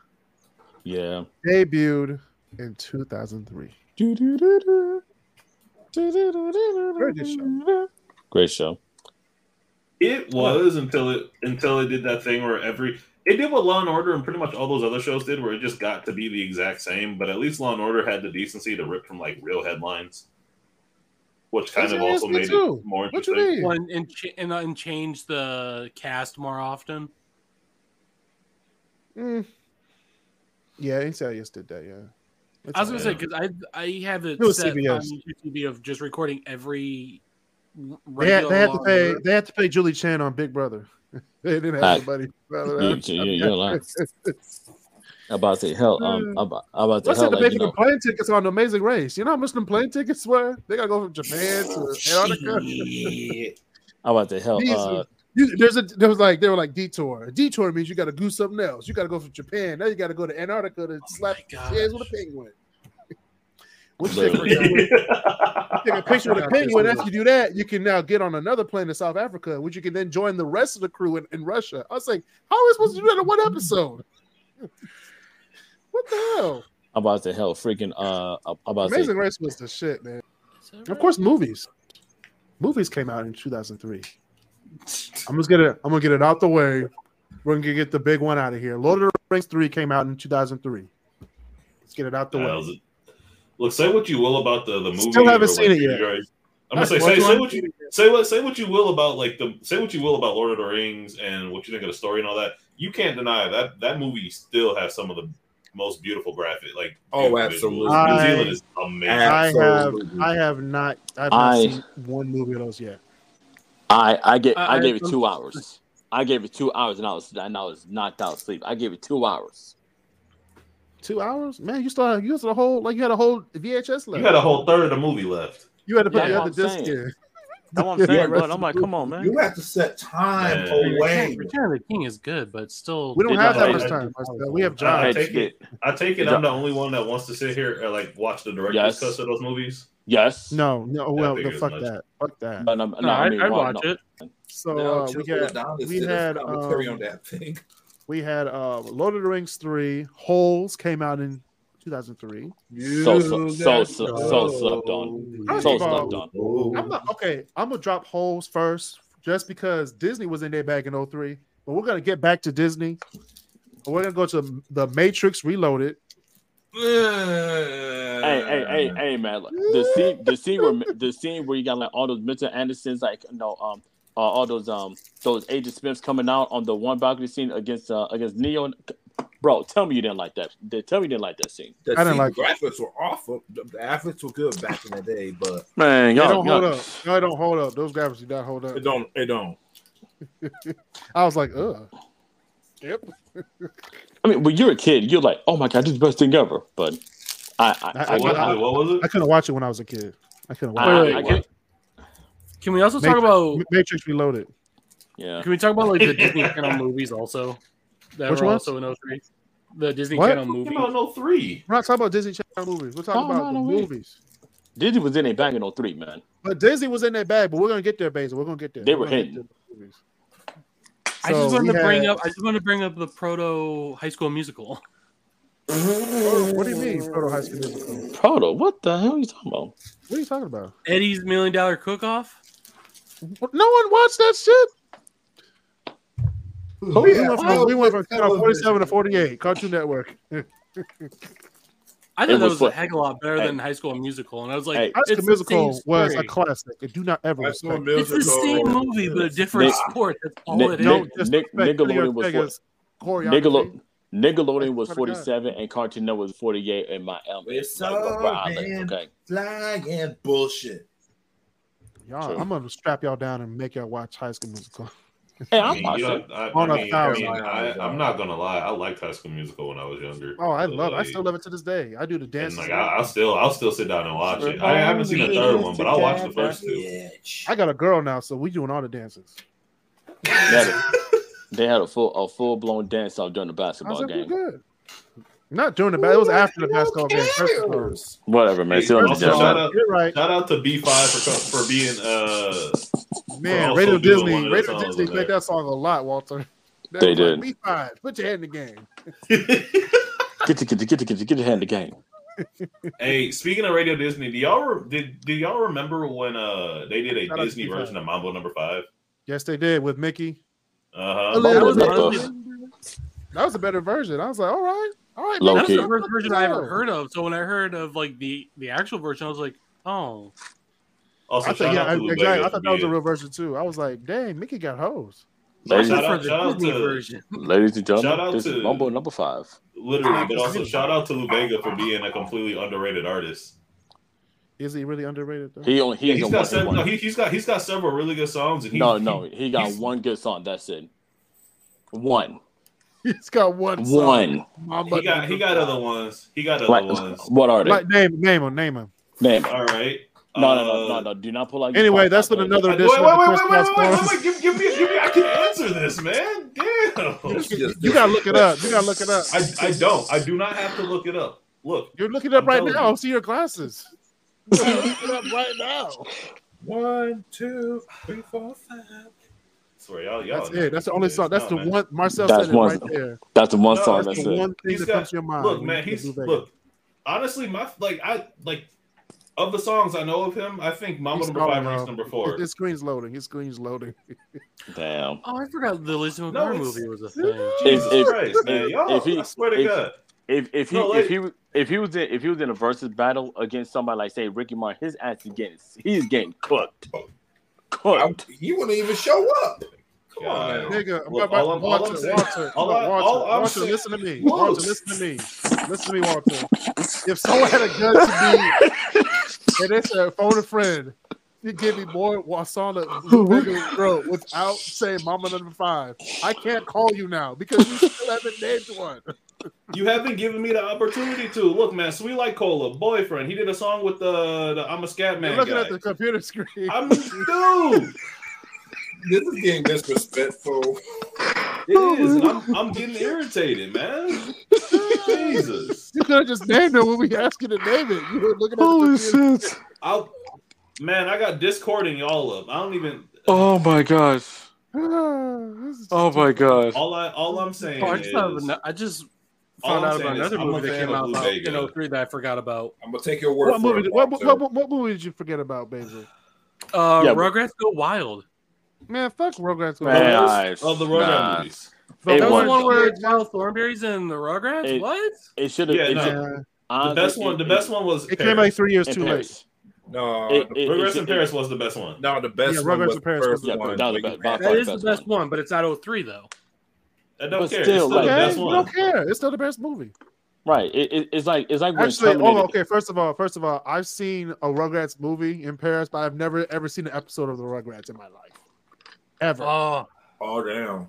Yeah. debuted in 2003. Very good Great show. It was until it until it did that thing where every it did what Law and Order and pretty much all those other shows did, where it just got to be the exact same. But at least Law and Order had the decency to rip from like real headlines, which kind That's of what it also is, me made too. it more What you interesting. mean? Well, and, and, ch- and, and change the cast more often. Mm. Yeah, NCIS did that. Yeah, It's I was gonna all say right. because I I have it It was set CBS. on YouTube of just recording every. they had, regular they had to long- pay. They had to pay Julie Chan on Big Brother. they didn't have Fact. anybody. You, you, you're lying. I'm about to say hell. Um, I'm about, I'm about Hmm. to What's hell. it? They're Like, you making know, plane tickets on Amazing Race. You know how much them plane tickets were? They gotta go from Japan to Antarctica. I'm about to hell. These- Uh, You- there's a there was like they were like detour. A detour means you got to do something else. You got to go from Japan. Now you got to go to Antarctica to slap Oh gosh. hands with a penguin. Which they Literally. forgot. take a picture with a Got penguin. this After you do that, you can now get on another plane to South Africa, which you can then join the rest of the crew in, in Russia. I was like, how are we supposed to do that in one episode? what the hell? I'm about to hell. Freaking. Uh, I'm about to say Amazing Race was the shit, man. Of course, movies. Movies came out in 2003. I'm just gonna I'm gonna get it out the way. We're gonna get the big one out of here. Lord of the Rings three came out in 2003. Let's get it out the Uh, way. was it- Look, say what you will about the the movie. Still haven't or seen what it yet. you're- I'm gonna say, say, say what you say what say what you will about like the say what you will about Lord of the Rings and what you think of the story and all that. You can't deny that that movie still has some of the most beautiful graphic. Like Oh, beautiful visuals. absolutely. New Zealand is amazing. I have Absolutely. I have not I've not I- seen one movie of those yet. I I get I, I- gave it two hours. I gave it two hours and I was and I was knocked out of sleep. I gave it two hours. Two hours, man. You still you used a whole like you had a whole VHS left. You had a whole third of the movie left. to put Yeah, the that's other what I'm disc saying. in. That's what Yeah, I'm saying, that's- bro. I'm like, come on, man. You have to set time Yeah. away. Return of the King is good, but still, We don't Did have you that like- much time. Marcel. We have John. I Hey, take it. I take it. Yeah. I'm the only one that wants to sit here and like watch the director's Yes. cuts of those movies. Yes. No, no. Yeah, Well, figure the as fuck much. that. Fuck that. No, no, no, no, I, I, mean, I'd why- watch no. it. So uh, we had we had, commentary um, on that thing. we had uh, Lord of the Rings three. Holes came out in 2003. So so so so, so go. slept on. First So of all, slept on. Oh. I'm not okay. I'm gonna drop Holes first, just because Disney was in there back in 03. But we're gonna get back to Disney. We're gonna go to the Matrix Reloaded. Hey, hey, hey, hey, man! like, The scene, the scene where the scene where you got like all those Mr. Andersons, like no, um, uh, all those um, those Agent Smiths coming out on the one balcony scene against uh against Neo. and- Bro, tell me you didn't like that. Tell me you didn't like that scene. The I didn't scene like it. graphics were awful. The the graphics were good back in the day, but Man, They don't hold up. No, they don't hold up. Those graphics do not hold up. it don't. It don't. I was like, ugh. Yep. I mean, when you're a kid, you're like, "Oh my god, this is the best thing ever." But I, I, I, I- What was, get- I- it? What was I it? couldn't watch it when I was a kid. I couldn't watch I- Wait, I wait, get- wait. Can we also talk about? it. Matrix Reloaded. yeah. Can we talk about like the Disney Channel movies also? That Which were ones? also in 03? The Disney What? Channel Came movies. out in 03. We're not talking about Disney Channel movies. We're talking No, about the no, no, we- movies. Disney was in it back in 03, man. But Disney was in their bag, but we're gonna get there, Basil. We're gonna get there. They We're were gonna get hidden. to the movies. I just So wanted we to bring had- up. I just wanted to bring up the proto High School Musical. Proto- What do you mean, proto high school musical? What Proto, what the hell are you talking about? are you talking about? Eddie's Million Dollar Cook Off. What- No one watched that shit. we, went from, we went from channel forty-seven to forty-eight. Cartoon Network. High I It thought that was was a what- heck of a lot better Hey. than High School Musical, and I was like, Hey. School it's the same Musical was a story. classic. I do not ever. That's what respect. It's the same Musical. movie, but a different Nick- sport. That's all Nick- it is. Don't Nick- disrespect Nick- Kenny Nickelodeon was Ortega's choreography. Nickelode- Nickelodeon was I swear to 47 and Cartoon Network was 48 and my um, It's it's like, so bro, I like, damn- okay. Flying bullshit. Y'all, True. I'm gonna strap y'all down and make y'all watch High School Musical. Hey, I I'm mean, you watching. know, I, On a I mean, I thousand. am not gonna lie. I liked High School Musical when I was younger. Oh, I love. I Like, still love it to this day. I do the And dance. like, I, I'll still, I'll still sit down and watch it. I haven't seen the third one, but I'll watch the first two. I got a girl now, so we doing all the dances. They had a, they had a full a full blown dance off during the I was basketball like, we're game. good. Not during the bat. It was after the basketball game. First of all. Whatever, man. Hey, Still also, understand shout that. out, You're right, shout out to B5 for co- for being uh man. also Radio doing one Disney, of the Radio songs Disney on played there. that song a lot, Walter. That They was did. Like, Be fine. Put your hand in the game. uh, Get the get the get the get the get the hand in the game. Hey, speaking of Radio Disney, do y'all re- did do y'all remember when uh they did a Shout out to Disney B5. version of Mambo Number Five? Yes, they did with Mickey. Uh That was, Bubba that Bubba. was a better version. I was like, all right, all right. Low man, That's Okay. the first version I ever Yeah. heard of. So when I heard of like the the actual version, I was like, oh, Also, I shout thought, yeah, out to Lou exactly. Bega I for thought that was a being- real version too. I was like, dang, Mickey got hosed. Ladies, Shout out- for the shout out Disney to- version. ladies and gentlemen, Shout out this to- is Mumble number five. Literally, but also shout out to Lubega for being a completely underrated artist. Is he really underrated? Though? He only he Yeah, ain't he's gonna got watch several, no, one. he, he's got he's got several really good songs. And he, No, no, he got he's- one good song. That's it. One, He's got one. song. one. Mama he got he got other ones. He got other Like, ones. what are they? Like, name, name him, name him. Name. it. All right. No, no, no, no, Uh, no. Do not pull out. your Anyway, phone that's out been there. another Wait, wait, edition wait, of the wait, Chris wait, wait, Cross wait, wait, Corner. Give, give me, give me. I can answer this, man. Damn. You gotta look it up. You gotta look it up. I, I don't. I do not have to look it up. Look, You're looking it up I'm right telling now. you. See your glasses. You're looking it up right now. One, two, three, four, five. sorry, y'all. y'all That's know it. That's the who only is. song. That's No, the man. one. Marcel That's said it one right song. there. That's the one No, song. that's That's That's it. the one thing He's that got- comes to your mind. Look, when man. you He's think of Lou Bega. look. Honestly, my like I like of the songs I know of him. I think Mama He's Number Five calling, ranks uh, number His- four. His screen's loading. His screen's loading. Damn. Oh, I forgot the Lizzie No, McGuire it's- movie was a thing. Jesus if- Christ, man. if- Y'all, if he- I swear to if- God. If if he No, like- if he if he was in if he was in a versus battle against somebody like say Ricky Martin, his ass is getting he's getting cooked. I, Cooked. he wouldn't even show up. Come God. on, man. Nigga, I'm Look, about all I'm- all Walter, I'm saying- Walter, all I- Walter, all I'm Walter, saying- listen to me. Whoa. Walter, listen to me. Listen to me, Walter. If someone had a gun to me and they said, phone a friend, you give me more Wasala nigga throat without saying mama number five. I can't call you now because you still haven't named one. You haven't given me the opportunity to look, man. Sweet like Cola, boyfriend. He did a song with the, the I'm a Scat You're Man looking guy. at the computer screen. I'm dude. This is getting disrespectful. Oh, It is. and I'm, I'm getting irritated, man. Jesus. You could have just named it when we asked you to name it. You were looking at the computer. shit. I'll, man, I got Discord in y'all up. I don't even. Oh my gosh. This is gosh. All I all I'm saying Oh, I is just thought of an, I just All found I'm out about saying is another I'm a movie that fan came of out Lou Bega. in 03 that I forgot about. I'm gonna take your word What for movie, it. did, what, Walter. what, what, what movie did you forget about, Benji? Uh, Yeah, but- Rugrats Go Wild. Man, fuck Rugrats. Man, That was- I- of the Road nah. movies. that it That was the was- one where Miles Thornberry's in the Rugrats. It- what? It should have. Yeah, it no. should- Yeah. The honestly, best one. The it- best one was. it came like three years in too late. Paris. No, It- the, it- Regress it- in Paris was the best one. no, the best Yeah, one Rugrats was in the Paris first was the- one. that was where you the best- had- That the is the best best one. one. but it's not 03 though. I don't But care. still, it's still like- the Okay, best you one. don't care. It's still the best movie. Right. It, it, it's like it's like when Actually, oh, Terminator- okay. First of all, first of all, I've seen a Rugrats movie in Paris, but I've never ever seen an episode of the Rugrats in my life, ever, Oh, all down.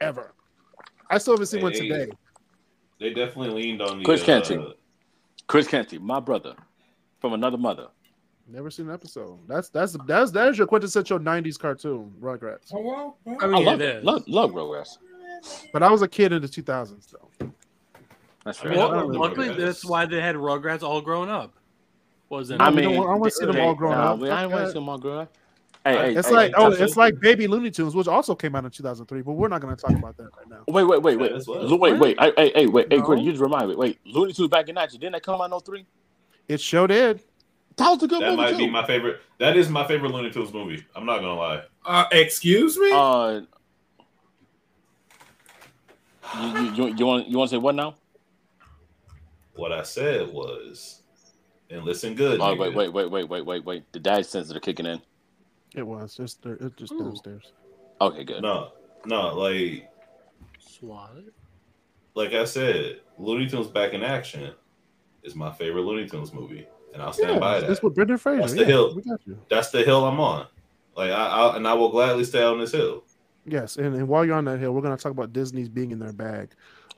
ever. I still haven't seen one Hey. today. They definitely leaned on the. Chris uh, Canty. Chris Canty, my brother, from another mother. Never seen an episode. That's that's that's that is your quintessential '90s cartoon, Rugrats. Oh, well, well. I mean, I love it it. is. Love, love Rugrats. But I was a kid in the 2000s, though. That's fair. Yeah, I Well, love luckily, Rugrats. that's why they had Rugrats all grown up. Wasn't I it? mean, don't want- I wanna see them all grown nah, up. we- I Fuck want that. to see them all grown up. Hey, hey, It's hey, like hey, oh, that's- it's like Baby Looney Tunes, which also came out in 2003. But we're not going to talk about that right now. Wait, wait, wait, wait. Yeah, that's what- Lu- wait, wait. Hey, hey, hey, wait. Hey, No. Gritty, you just remind me. Wait, Looney Tunes back in action. Didn't that come out in 03? It sure did. That was a good That movie, might too. be my favorite. That is my favorite Looney Tunes movie. I'm not gonna lie. Uh, excuse me. uh, you, you, you, you, want, you want to say what now? What I said was, and listen good. Oh, wait, nigga. wait, wait, wait, wait, wait, wait. The dad sensors are kicking in. It was just there- it just Ooh. downstairs. Okay, good. No, no, like SWAT. like I said, Looney Tunes Back in Action is my favorite Looney Tunes movie, and I'll stand by Yeah, that's that. with Brendan Fraser. That's the yeah, hill. We got you. That's the hill I'm on. Like I, I and I will gladly stay on this hill. Yes, and, and while you're on that hill, we're going to talk about Disney's being in their bag.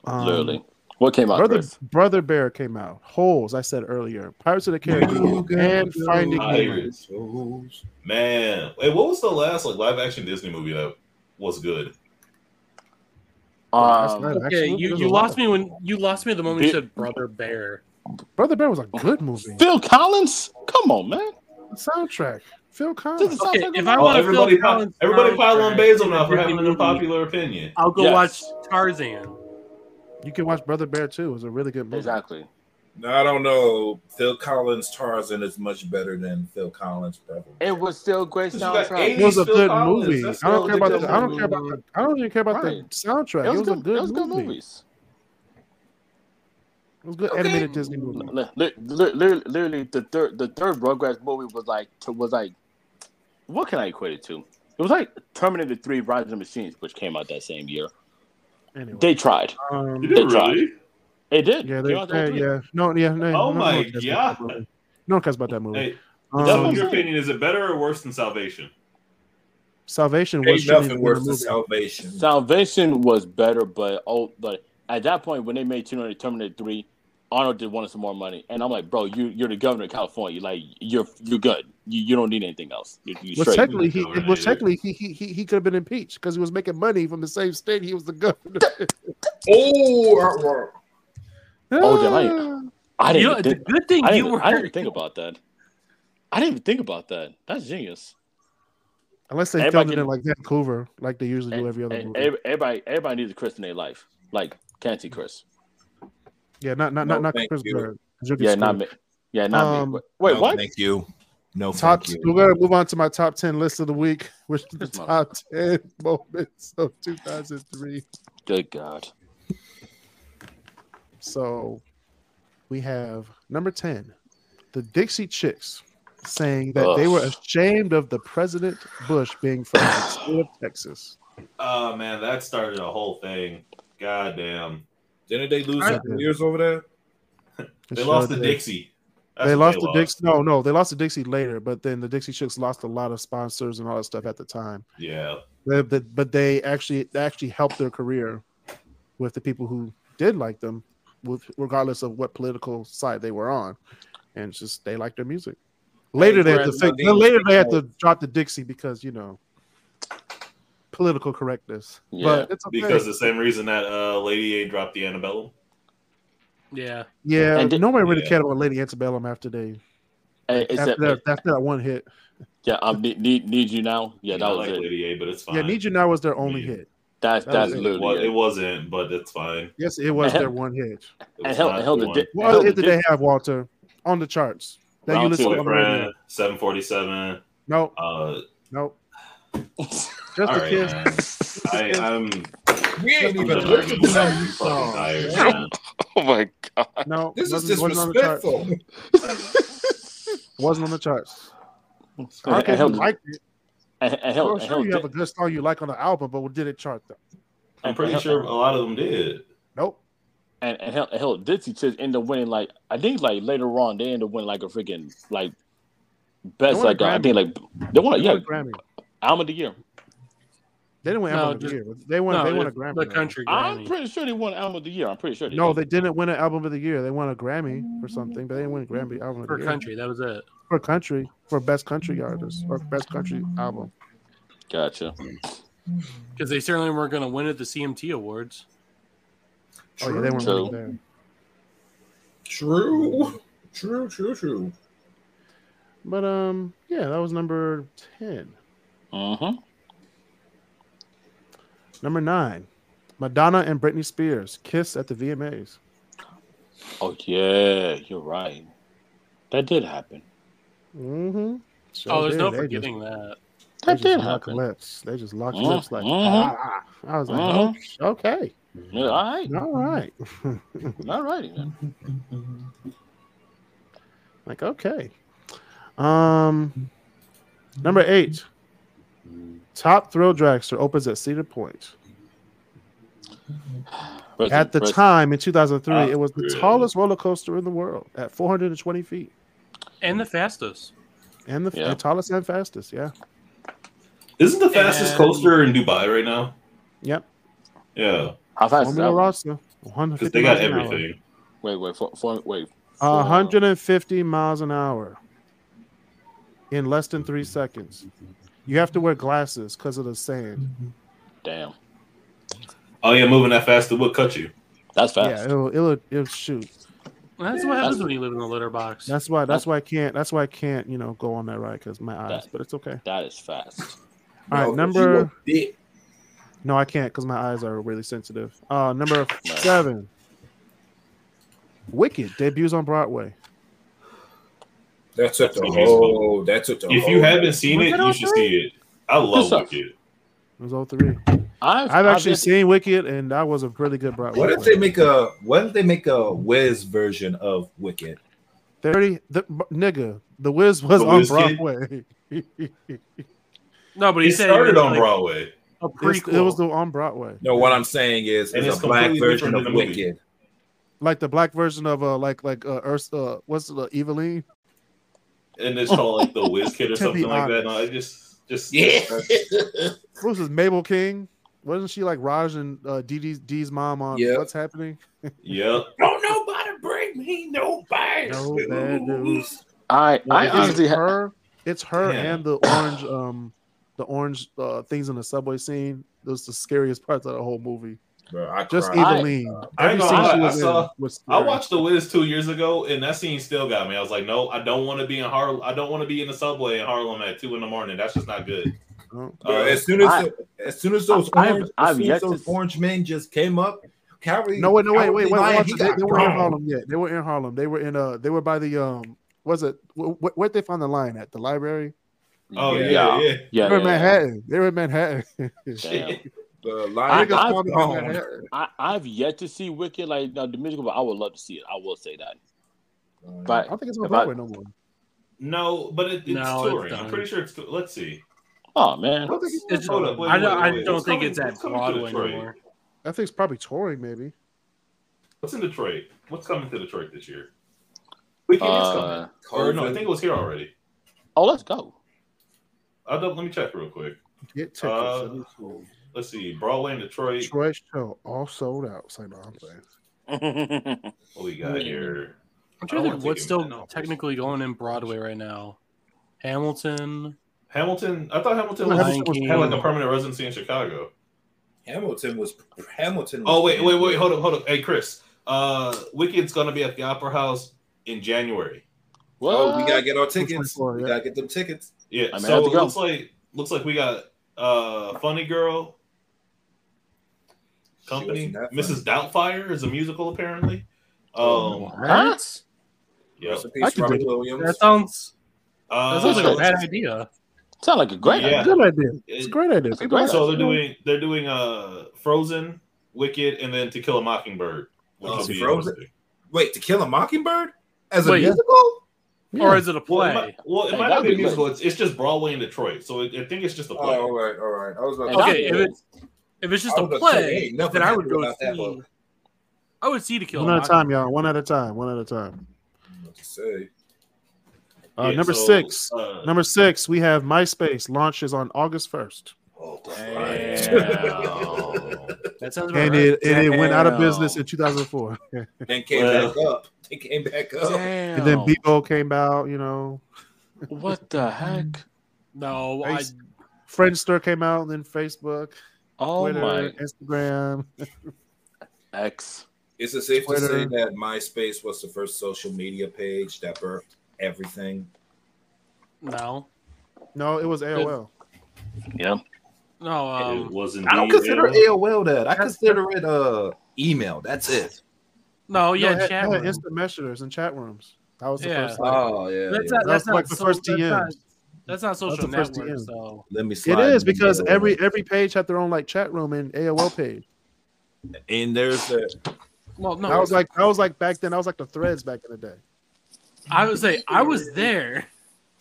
Um, Literally. What came out, Brother, Chris? Brother Bear came out. Holes, I said earlier. Pirates of the Caribbean and Finding I Nemo. agree. Man, wait, what was the last like live action Disney movie that was good? That's Um, not actually- Okay, you, there's you a lot. lost me when you lost me the moment you Bit- said brother bear. Brother Bear was a good movie. Phil Collins? Come on, man. Soundtrack. Phil This Collins. is Okay, sounds like if a- I Oh, want to everybody, pile, everybody pile on Basil now for having an popular. unpopular opinion. I'll go Yes. watch Tarzan. You can watch Brother Bear too. It was a really good movie. Exactly. No, I don't know. Phil Collins Tarzan is much better than Phil Collins Prevalent. It was still great You got soundtrack. It was a Phil good Collins, movie. that's I don't still care a about good the. I don't movie. care about the. I don't even care about Right. the soundtrack. It was, a good, good. it was good movie. movies. It was a good Okay. animated Disney movie. Mhm. Li- li- li- li- Literally, the third the third Rugrats movie was like t- was like what can I equate it to? It was like Terminator Three: Rise of the Machines, which came out that same year. Anyway, They tried. You um, They did tried. really? It did. yeah, they, Came out that yeah, three. yeah. No, yeah. No, Oh no, my one cares about that God. movie. No one cares about that movie. Hey, Um, That's so what in I'm your saying. opinion, is it better or worse than Salvation? Salvation was Ain't shouldn't even be a nothing worse than movie. Salvation. Salvation was better, but oh, but at that point when they made Terminator, Terminator Three, Arnold did wanted some more money, and I'm like, bro, you you're the governor of California, like you're you're good, you, you don't need anything else. You, you Well, straight. technically, he Terminator. well, technically he he he, he could have been impeached because he was making money from the same state he was the governor. Oh, artwork. Oh, damn, I- I You didn't know, the think, good thing I you didn't, were I didn't think about that. I didn't even think about that. That's genius. Unless they Everybody filmed it in can- like Vancouver, like they usually Eh, do every other And movie. ev- Eh, everybody, everybody needs a Chris in their life. Like, can't see Chris. yeah, not not No, not not thank Chris you. Bird. 'cause you'll get Yeah, not screwed. me. Yeah, not me. Um, Wait, no, what? Thank you. No, Top. thank We're you. gonna move on to my top ten list of the week, which is the This mother- top ten moments of 2003. Good God. So we have number ten, the Dixie Chicks, saying that they were Ugh. ashamed of the President Bush being from the state of Texas. Oh man, that started a whole thing. God damn. Didn't they lose I- some years over there? It They lost showed the that- Dixie. That's they what lost the Dixie. No, no, they lost the Dixie later, but then the Dixie Chicks lost a lot of sponsors and all that stuff at the time. Yeah. But, but, but they actually they actually helped their career with the people who did like them, with regardless of what political side they were on, and it's just they liked their music. Later they had to Whereas fix, I think- later they had to drop the Dixie because you know political correctness. Yeah, but it's okay. Because the same reason that uh Lady A dropped the antebellum. yeah. yeah, And di- nobody really yeah. cared about Lady Antebellum after they Hey, after Except, that, after that one hit. Eh, yeah, I need, need need you now. Yeah, that I was like it. Lady A, but it's fine. Yeah, Need You Now was their only Yeah. hit. That's That that's was it. it, was, literally it it. wasn't, but it's fine. Yes, it was And- their one hit. It And was hell, not and hell, the the one. di- What hell, other the hit did Dixie- they have, Walter, on the charts that you Round listen to on the radio? Boyfriend, 747. No, Uh, no. Just all a right, kiss. man. I, I'm, We ain't I'm even done. looking at I'm fucking these songs. tired, man. Oh my god! No, This is wasn't- wasn't on the charts. disrespectful. Wasn't on the charts. I and can hell, you the- like it. and and hell, Well, and sure, hell, you have a di- good song you like on the album, but did it chart though? I'm pretty sure a lot of them did. Nope. and and hell, and hell, Dixie just end up winning. Like I think, like later on, they end up winning like a freaking like best, won a like uh, I Grammy. think, like they won, They a- yeah, won a Grammy. album of the year. They didn't win No, album of just- the year. They won. No, they won a it's Grammy. The though. country I'm Grammy. pretty sure they won album of the year. I'm pretty sure they No, did. they didn't win an album of the year. They won a Grammy for something, but they didn't win a Grammy album of for the year. country, that was it. for country for best country artist or best country album. Gotcha. Because they certainly weren't going to win at the CMT Awards. Oh yeah, they weren't True. winning there. True. True, true, true. But um, yeah, that was number ten. Mm-hmm. Number nine, Madonna and Britney Spears kiss at the VMAs. Oh yeah, you're right. That did happen. Mm-hmm. So oh, there's did. no They just- forgetting that. They That just, did locked happen. lips. They just locked Mhm, lips like. mhm. "Ah." I was like, Mhm. "Oh, okay, Yeah, all right, all right, all righty then. like okay. Um, number eight, Top Thrill Dragster opens at Cedar Point. Rest in- At the rest- time in 2003, Ah, it was the really? tallest roller coaster in the world at 420 feet, And the fastest. and the Yeah. and tallest and fastest. Yeah, Isn't the fastest And- coaster in Dubai right now? yep. Yeah, How fast is Formula uh, that? Rossa, because 150 they got miles an hour. everything. Wait, wait, for, for, wait. A for- 150 miles an hour in less than three seconds. You have to wear glasses because of the sand. Damn, Oh yeah, moving that fast it would cut you. that's fast. Yeah, it'll, it'll it'll shoot. That's what happens when you live in the litter box. That's why that's why I can't that's why I can't you know go on that ride because my eyes. That- But it's okay. That is fast. All right, No, number. you a dick. No, I can't because my eyes are really sensitive. Uh, number Right. seven. Wicked debuts on Broadway. That took the That's whole. That took the If whole. you haven't seen Was it, it you all should three? see it. I love What's up? Wicked. It was all three. I've, I've actually I've- seen Wicked, and that was a pretty good Broadway. What if play. they make a? What if they make a Wiz version of Wicked? They already the b- nigga, the Wiz was The on Wiz kid? Broadway. No, but he It said started on like, Broadway. A It's- prequel. it was the on Broadway, No, what I'm saying is, And it's, it's a black completely version different of than the movie. Wicked. like the black version of uh, like like uh, Urs, uh what's the Eveline? And it's called like the Wiz Kid or To be something like that. No, I just just What was this Mabel King? Wasn't she like Raj and uh, Dee Dee's, Dee's mom on Yeah. What's Happening? Yep. Don't nobody bring me no bad No bad news. I, I It's honestly ha- her, it's her Yeah. and the orange um the orange uh, things in the subway scene. Those the scariest parts of the whole movie. Bro, I Just cried. I- Eveline. I ain't Every gonna scene she lie, I was in saw- was I scary. watched The Wiz two years ago, and that scene still got me. I was like, no, I don't want to be in Harlem. I don't want to be in the subway in Harlem at two in the morning. That's just not good. Oh. Bro, Uh, as soon as I- as soon as those I've- orange, I've as soon yet as to those s- orange men just came up, Cowardly, No, wait, no, wait, wait, Cowardly wait. Lion, wait, he wait they, got they were in grown. Harlem. Yeah, they were in Harlem. They were in uh, they were by the um, was it wh- wh- where'd they find the lion at? The library? oh yeah, yeah, yeah. yeah, they were in yeah. Manhattan. They were in Manhattan. Damn. Shit. The I- lion Niggas got I've- found it in grown. Manhattan. I, I've yet to see Wicked like now, the musical, but I would love to see it. I will say that. I But don't think it's on If I- Broadway no more. No, but it, it's No, it's touring. I'm done. pretty sure it's. Let's see. oh I man, don't think it's, It's- on Hold up, Broadway. wait, I don't, wait, I wait. don't What's think coming- it's at what's coming to Broadway Detroit? anymore. I think it's probably touring maybe. What's in Detroit? What's coming to Detroit this year? Weekend is coming. uh, Or no, I think it was here already. oh let's go. I'll, dou- let me check real quick. Get tickets. Uh, Let me see. Let's see. Broadway in Detroit. Detroit show all sold out. Say no, I'm saying. I What we got here? I I'm trying to wanna think take what's it, still man. No, technically going in Broadway right now. Hamilton. Hamilton. I thought Hamilton Hamilton was, Lion was King. had like a permanent residency in Chicago. Hamilton was Hamilton. Was Oh wait, wait, wait. Hold up, hold up. Hey Chris. Uh, Wicked's gonna be at the Opera House in January. Oh, we What? gotta get our tickets. 24, We yeah. gotta get them tickets. Yeah. I may so have to it go. looks like looks like we got uh Funny Girl She Company. wasn't that funny. Mrs. Doubtfire is a musical apparently. Oh, Um, Huh? yeah. Rest in I peace, could Robin do Williams. That sounds Uh, that sounds like a that's- bad idea. Sound like a great. Yeah. idea. Good idea. It's a it- great idea. It's a People great like so it. they're doing they're doing uh Frozen, Wicked, and then To Kill a Mockingbird. which Oh, will be Frozen? interesting. Wait, To Kill a Mockingbird as a Wait. musical? Yeah. Or is it a Well, it play? might, well, it Hey, might not that'd be a be musical. It's, it's just Broadway in Detroit, so it, I think it's just a Oh, play. all right, all right. I was about And to I- Okay, if it's if it's just I a was gonna say, play, ain't nothing then I to would do go about that see. book. I would see to kill. one at a Mock- time, y'all. One at a time. One at a time. to say. Uh, Yeah, number so, six. uh, Number six, we have MySpace launches on August first, Oh, Damn. That sounds about and right. it and it went out of business Damn. in 2004. and and came Well. back up. They came back up. Damn. then Bebo came out, you know, what the heck? No, I, Face- Friendster came out, and then Facebook, Oh Twitter, my Instagram. ex. Is it safe to Twitter. say that MySpace was the first social media page that birthed everything? no, No, it was AOL. Yeah. no. it Um, was indeed. I don't consider AOL. AOL that. I consider it uh email. That's it. no. No, Oh, Yeah, it had- chat it had room. instant messengers and chat rooms. That was the Yeah. first. Like, Oh yeah. That's yeah. not. That's That's like not the so- first that's DM. not- That's not social the first network. DM. So Let me slide. it is because in. every every page had their own like chat room and AOL page. and there's the well, no. That was like that was like back then. That was like the threads back in the day. I would say I was there.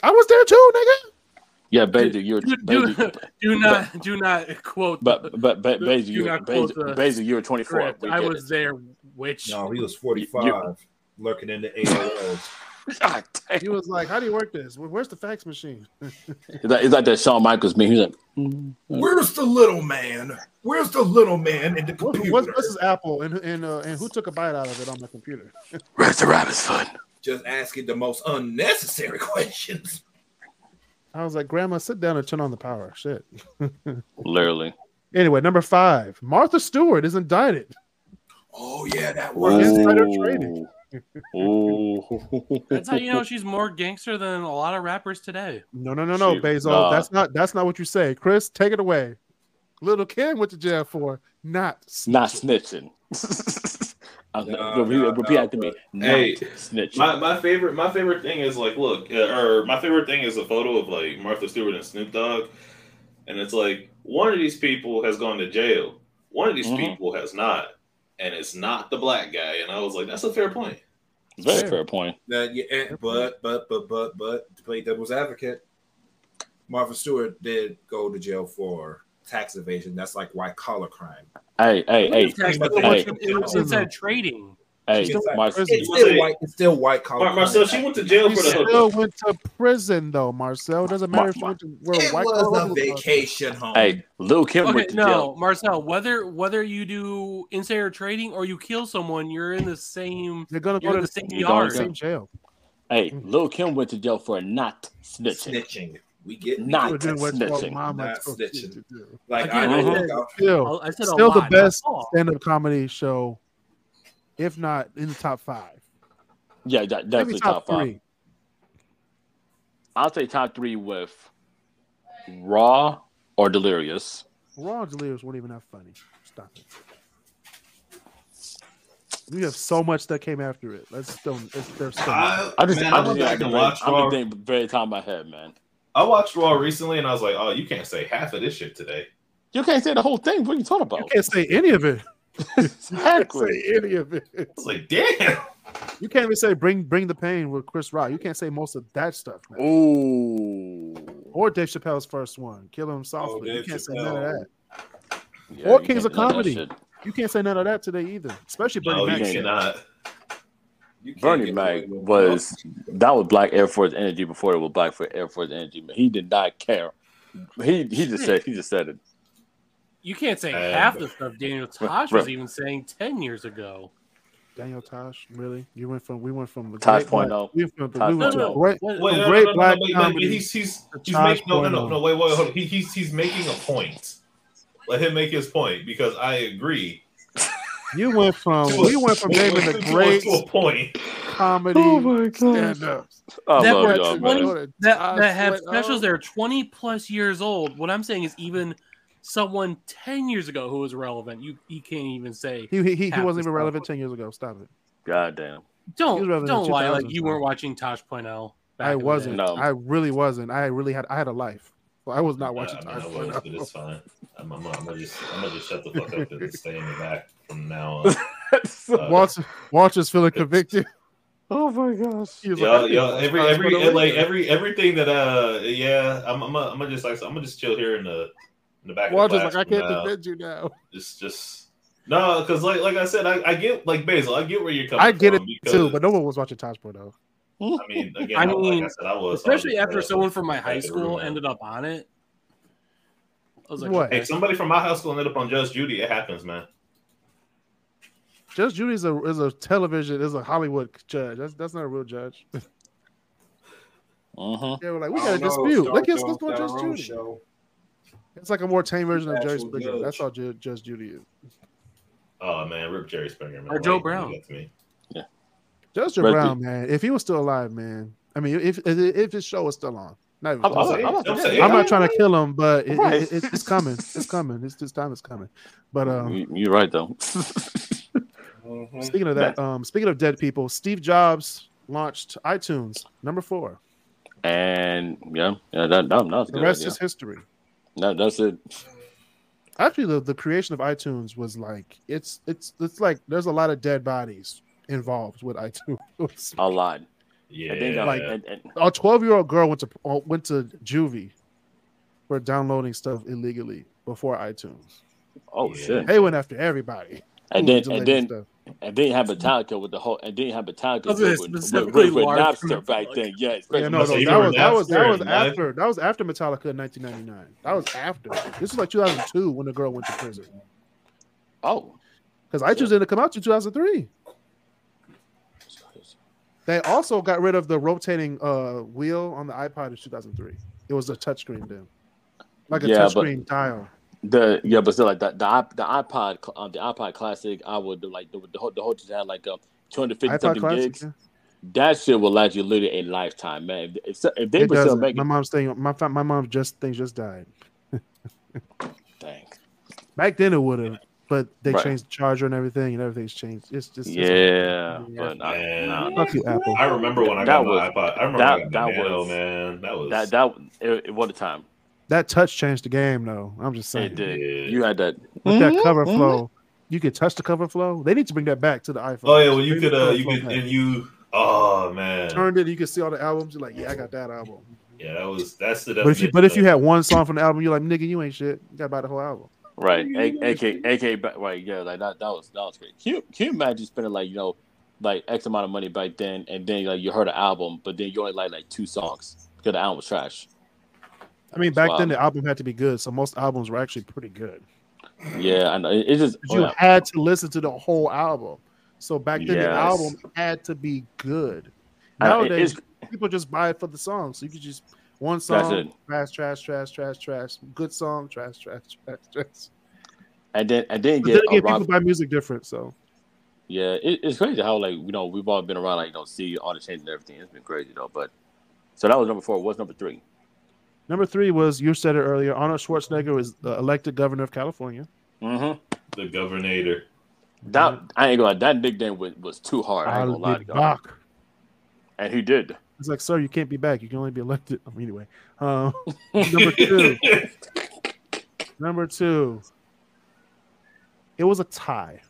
I was there too, nigga. Yeah, basically you're Dude, basically, dude. Do not. Do not quote. but but but basically You you're got close basically, to- basically you're 24. script. We I get was it. there. Which no. He was 45, You- lurking in the AOLs. God damn. He was like, "How do you work this? Where- Where's the fax machine?" It's like, it's like that Shawn Michaels meme. He's like, "Mm, Where's the little man? Where's the little man in the What, what's, this is Apple, and and uh, and who took a bite out of it on my computer? "Where's the rabbit's foot?" Just asking the most unnecessary questions. I was like, "Grandma, sit down and turn on the power." Shit. Literally. Anyway, number five, Martha Stewart is indicted. Oh yeah, that Or was. insider trading. Ooh. that's how you know she's more gangster than a lot of rappers today. No, no, no, no, Shoot, Basil. nah. That's not that's not what you say. Chris, take it away. Little Kim went to jail for not. Not snitching. I, No, repeat, no, repeat no, after me. Not Hey, snitch. My, my favorite my favorite thing is like look uh, or my favorite thing is a photo of like Martha Stewart and Snoop Dogg, and it's like one of these people has gone to jail, one of these Mhm. people has not, and it's not the black guy. And I was like, that's a fair point. Very fair point. Now, yeah, and, but but but but but to play devil's advocate, Martha Stewart did go to jail for tax evasion. That's like white collar crime. Hey, hey, hey, Tax- hey. it was- it was inside trading. hey, It's like- Mar- It's You still say- white. It's still white collar. Mar- Marcel, she went to jail She for the still hookup. went to prison though, Marcel. It doesn't matter if she Mar- went to where It white was collar a vacation home. hey, Lil Kim Okay, went to no, jail. Marcel. Whether whether you do insider trading or you kill someone, you're in the same. They're gonna You're go in to the the same You yard. don't same jail. Hey, Mm. Lil Kim went to jail for not snitching. snitching. We get we Not Go get do what your snitching, mama not told you snitching. to do. like I I get know. it. look, Still, I'll- I said a still the lot, not best all. stand-up comedy show, if not in the top five, Yeah, that, maybe definitely top, top, three. five. I'll say top three with Raw or Delirious. Raw and Delirious weren't even that funny. Stop it. We have so much that came after it. Let's don't. It's, there's so much. I, I just, man, I, I went just, back I and can watched I'm Raw. the thing very top of my head, man. I watched Raw recently, and I was like, oh, you can't say half of this shit today. You can't say the whole thing. What are you talking about? you can't say any of it. exactly. Say any of it. I was like, damn. You can't even say bring bring the pain with Chris Rock. You can't say most of that stuff. Man. Ooh. Or Dave Chappelle's first one, Kill Him Softly. you Oh, Dave can't say Chappelle. none of that. Yeah, Or you Kings can't of do none that Comedy. shit. You can't say none of that today either, especially Bernie No, Mac. Oh, you Mac. cannot. you can't Bernie get Mac away with- was that was Black Air Force Energy before it was Black for Air Force Energy. Man, he did not care. He he just said he just said it. You can't say Uh, half the stuff Daniel right. Tosh was even saying ten years ago. Daniel Tosh, really? You went from we went from the Tosh great black- 0.0. We went from Tosh oh. we went to 0.0. great. What- Wait, no, great no, no, black no, wait, comedy. Wait, he's he's, he's Josh making no, no no Boylan. no wait wait hold on. He, he's he's making a point. Let him make his point because I agree. You went from To a- we went from to a- naming the to a- great to a point. comedy stand-ups. I That love was y'all, Go man. funny. to that, Tosh that have 0.0. specials that are 20 plus years old. What I'm saying is even someone 10 years ago who was relevant, you, you can't even say, He he, he, he wasn't Half the even stuff. relevant ten years ago. Stop it. God damn. He was don't relevant in don't lie like 2000s, you man. weren't watching Tosh.0. back I in the wasn't. day. No. I really wasn't. I really had I had a life. Well, I was not watching I, I Tosh. oh. know what it is, but 0.0. it's fine. I'm, I'm, I'm gonna just I'm gonna just shut the fuck up and stay in the back from now on. Uh, Walter Walter's feeling convicted. Oh my gosh. He was like, Yo, I yo, think every, Tosh every, 0.0. like, every, everything that, uh, yeah, I'm, I'm, I'm gonna just, like, I'm gonna just chill here in the, in the back. of the Walter's class like I from can't now. defend you now. It's just no, because like, like I said, I, I get like Basil, I get where you're coming. I get it from too, because, but no one was watching Tosh though. I mean, again, I I like I mean, said, I was Especially I was- after someone from my Back high to the school room, man. ended up on it. I was like, What? Hey, okay. somebody from my high school ended up on Judge Judy. It happens, man. Judge Judy is a is a television is a Hollywood judge. That's that's not a real judge. Mhm. They were like, we I got a don't know, dispute. Star Look at Jones let's go got Judge her own Judy. show. It's like a more tame version of Jerry Actual Springer. judge. That's all Ju- Judge Judy is. Oh man, rip Jerry Springer, man. Or Joe Why you Brown. do that to me? Judge Joe Rest Brown, man. If he was still alive, man. I mean, if if, if his show is still on, not even I'm, close. I'm, I'm, saying- I'm, about to I'm say, saying- not trying to kill him, but it, Right. it, it, it's coming. It's coming. It's this time is coming. But um, You- You're right though. Mhm. speaking of that, um, speaking of dead people, Steve Jobs launched iTunes number four. and yeah, yeah, that, that, that's The good. rest idea. is history. That- that's it. actually the, the creation of itunes was like it's it's it's like there's a lot of dead bodies involved with itunes A lot. Yeah, I think that, Like- and- and- a 12 year old girl went to uh, went to juvie for downloading stuff illegally before itunes oh Yeah. shit. they went after everybody And who then was and deleting then stuff. and then have Metallica with the whole and then have Metallica Other with, with, with, specifically with large Napster Metallica. back then. Yeah, yeah, especially no, no, so you that were was that was that after was and after that was after Metallica in 1999. That was after. This was like 2002 when the girl went to prison Oh. because iTunes didn't come out to 2003. They also got rid of the rotating uh, wheel on the iPod in 2003. It was a touchscreen then, like a Yeah, but- touchscreen dial. The yeah, but still like the the, iP- the iPod cl- um, the iPod Classic, I would like the the whole, the whole just had like um two hundred fifty iPod something Classic. gigs. yeah. That shit will last you literally a lifetime, man. If if, if they It were still doesn't. My making, mom's thing. My fa- my mom just things just died. dang. Back then it would have, but they Right. changed the charger and everything, and everything's changed. It's just it's- Yeah, but uh, I, Man. nah. Fuck you, Apple. I remember when I That got was- my iPod. I remember that- when I got that the Nano, was- man. That was that that it, it- what a time That touch changed the game, though. I'm just saying. it did. Yeah. You had that. With that cover Mm-hmm. flow, you could touch the cover flow. They need to bring that back to the iPhone. Oh yeah, well Bring you the could uh cover you flow could back. and you oh man. turned it, you could see all the albums. You're like, yeah, I got that album. Yeah, that was that's the But if you but if you had one song from the album, you're like, nigga, you ain't shit. You got to buy the whole album. Right. A- AK, AK, back- right. Yeah, like that, that was, that was great. Can you, can you imagine spending like, you know, like X amount of money back then and then like you heard an album, but then you only like like two songs because the album was trash. I mean, back Wow. then the album had to be good, so most albums were actually pretty good. Yeah. I know. It, it's just, 'Cause oh, You yeah. had to listen to the whole album. So back then the Yes. album had to be good. I know, it- Nowadays, it's- people just buy it for the song, so you could just one that's song, it. trash, trash, trash, trash, trash. Good song, trash, trash, trash, trash. And then, and then But get then a again, rock. people buy music different, so Yeah. It, it's crazy how like, you know, we've all been around, like, you know, see all the changes and everything. It's been crazy though. But so that was number four. What's number three? number three was you said it earlier. Arnold Schwarzenegger was uh, elected governor of California. Mm-hmm. the governor. That, Mm-hmm. I ain't gonna lie. That nickname was, was too hard. I ain't gonna lie to I'll be God. back. And he did. It's like, sir, you can't be back. You can only be elected. I mean, anyway, um, number two. Number two. It was a tie,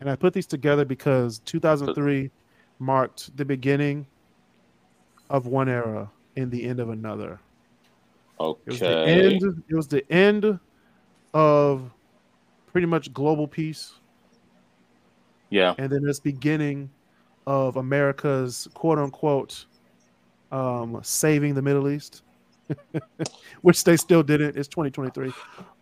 and I put these together because 2003 marked the beginning of one era and the end of another. It was the Okay. end. It was the end of pretty much global peace, Yeah. and then this beginning of America's quote unquote um, saving the Middle East, which they still didn't. It's 2023.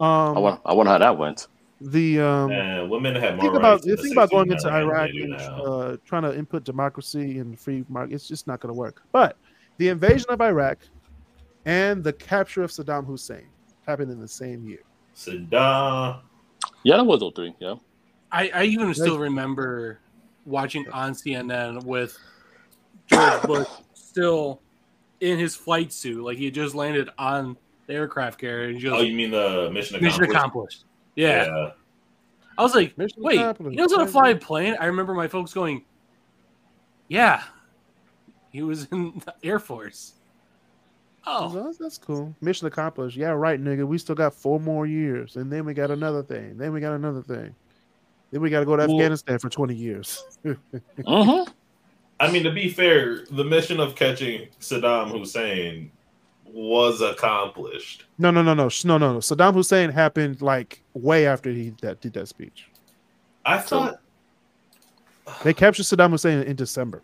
Oh, I Um, want, I wonder how that went. the um, Man, women had more think about rights in the think about going 60s into than Iraq they do and now. uh, trying to input democracy and free market. It's just not going to work. But the invasion of Iraq and the capture of Saddam Hussein happened in the same year. Saddam. Yeah, that was 03. Yeah. I, I even still remember watching on CNN with George Bush still in his flight suit, like he had just landed on the aircraft carrier. And he Oh, goes, you mean the mission accomplished? Mission accomplished. Yeah. yeah. I was like, Mission wait, accomplished. he knows how to fly a plane? I remember my folks going, yeah, he was in the Air Force. Oh, Well, that's, that's cool. Mission accomplished. Yeah, right, nigga. We still got four more years, and then we got another thing. Then we got another thing. Then we got to go to Well- Afghanistan for twenty years. Mm-hmm. I mean, to be fair, the mission of catching Saddam Hussein was accomplished. No, no, no, no, Sh- no, no, no. Saddam Hussein happened like way after he that did that speech. I thought. They captured Saddam Hussein in December.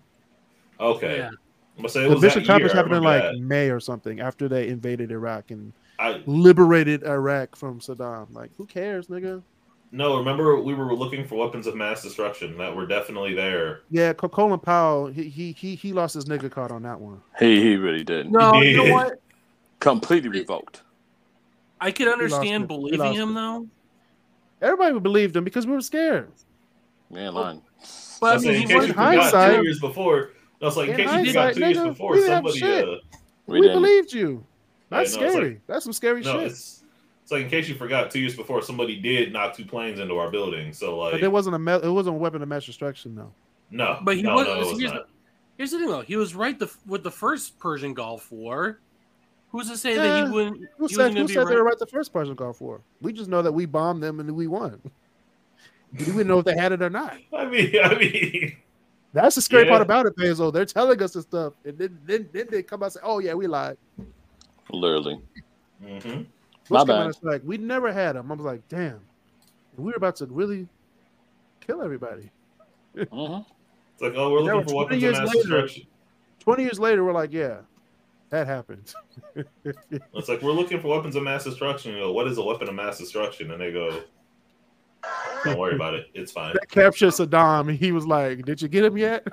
Okay. Yeah. I'm gonna say it the was that mission accomplished year, I happened in like remember May or something after they invaded Iraq and that. I liberated Iraq from Saddam. Like, who cares, nigga? no. Remember, we were looking for weapons of mass destruction that were definitely there. Yeah, Co- Colin Powell, he he he, he lost his nigga card on that one. He he really did. no, you know Yeah. what? Completely revoked. I could understand it. He believing lost him, it. though. Everybody believed him because we were scared. Man, Oh, line. But I was mean, saying, he in case was you forgot hindsight- two years before. I was like, in In case you forgot hindsight, two years nigga, before, we didn't have somebody. shit. Uh, We, believed you. That's Yeah, no, it's scary. like- That's some scary no, shit. it's it's like in case you forgot two years before, somebody did knock two planes into our building. So But like, it wasn't a me- it wasn't a weapon of mass destruction though. no, But he no, was- no, it was here's not. Here's the thing, though. He was right the, with the first Persian Gulf War. Who's to say that Yeah. he wouldn't? Who he said who wasn't going to be said they right. were right the first Persian Gulf War? We just know that we bombed them and we won. We didn't know if they had it or not. I mean, I mean, That's the scary part Yeah. about it, Basil. They're telling us this stuff, and then then, then they come out and say, "Oh yeah, we lied." Literally. mhm. Bush My came out bad. and said, like we never had them. I was like, "Damn, we were about to really kill everybody." Mm-hmm. it's like, oh, we're Yeah, looking for 20 weapons of years mass later. destruction. Twenty years later, we're like, "Yeah, that happened." It's like we're looking for weapons of mass destruction. You go, what is a weapon of mass destruction? And they go, don't worry about it. It's fine. That captured Saddam, and he was like, "Did you get him yet?"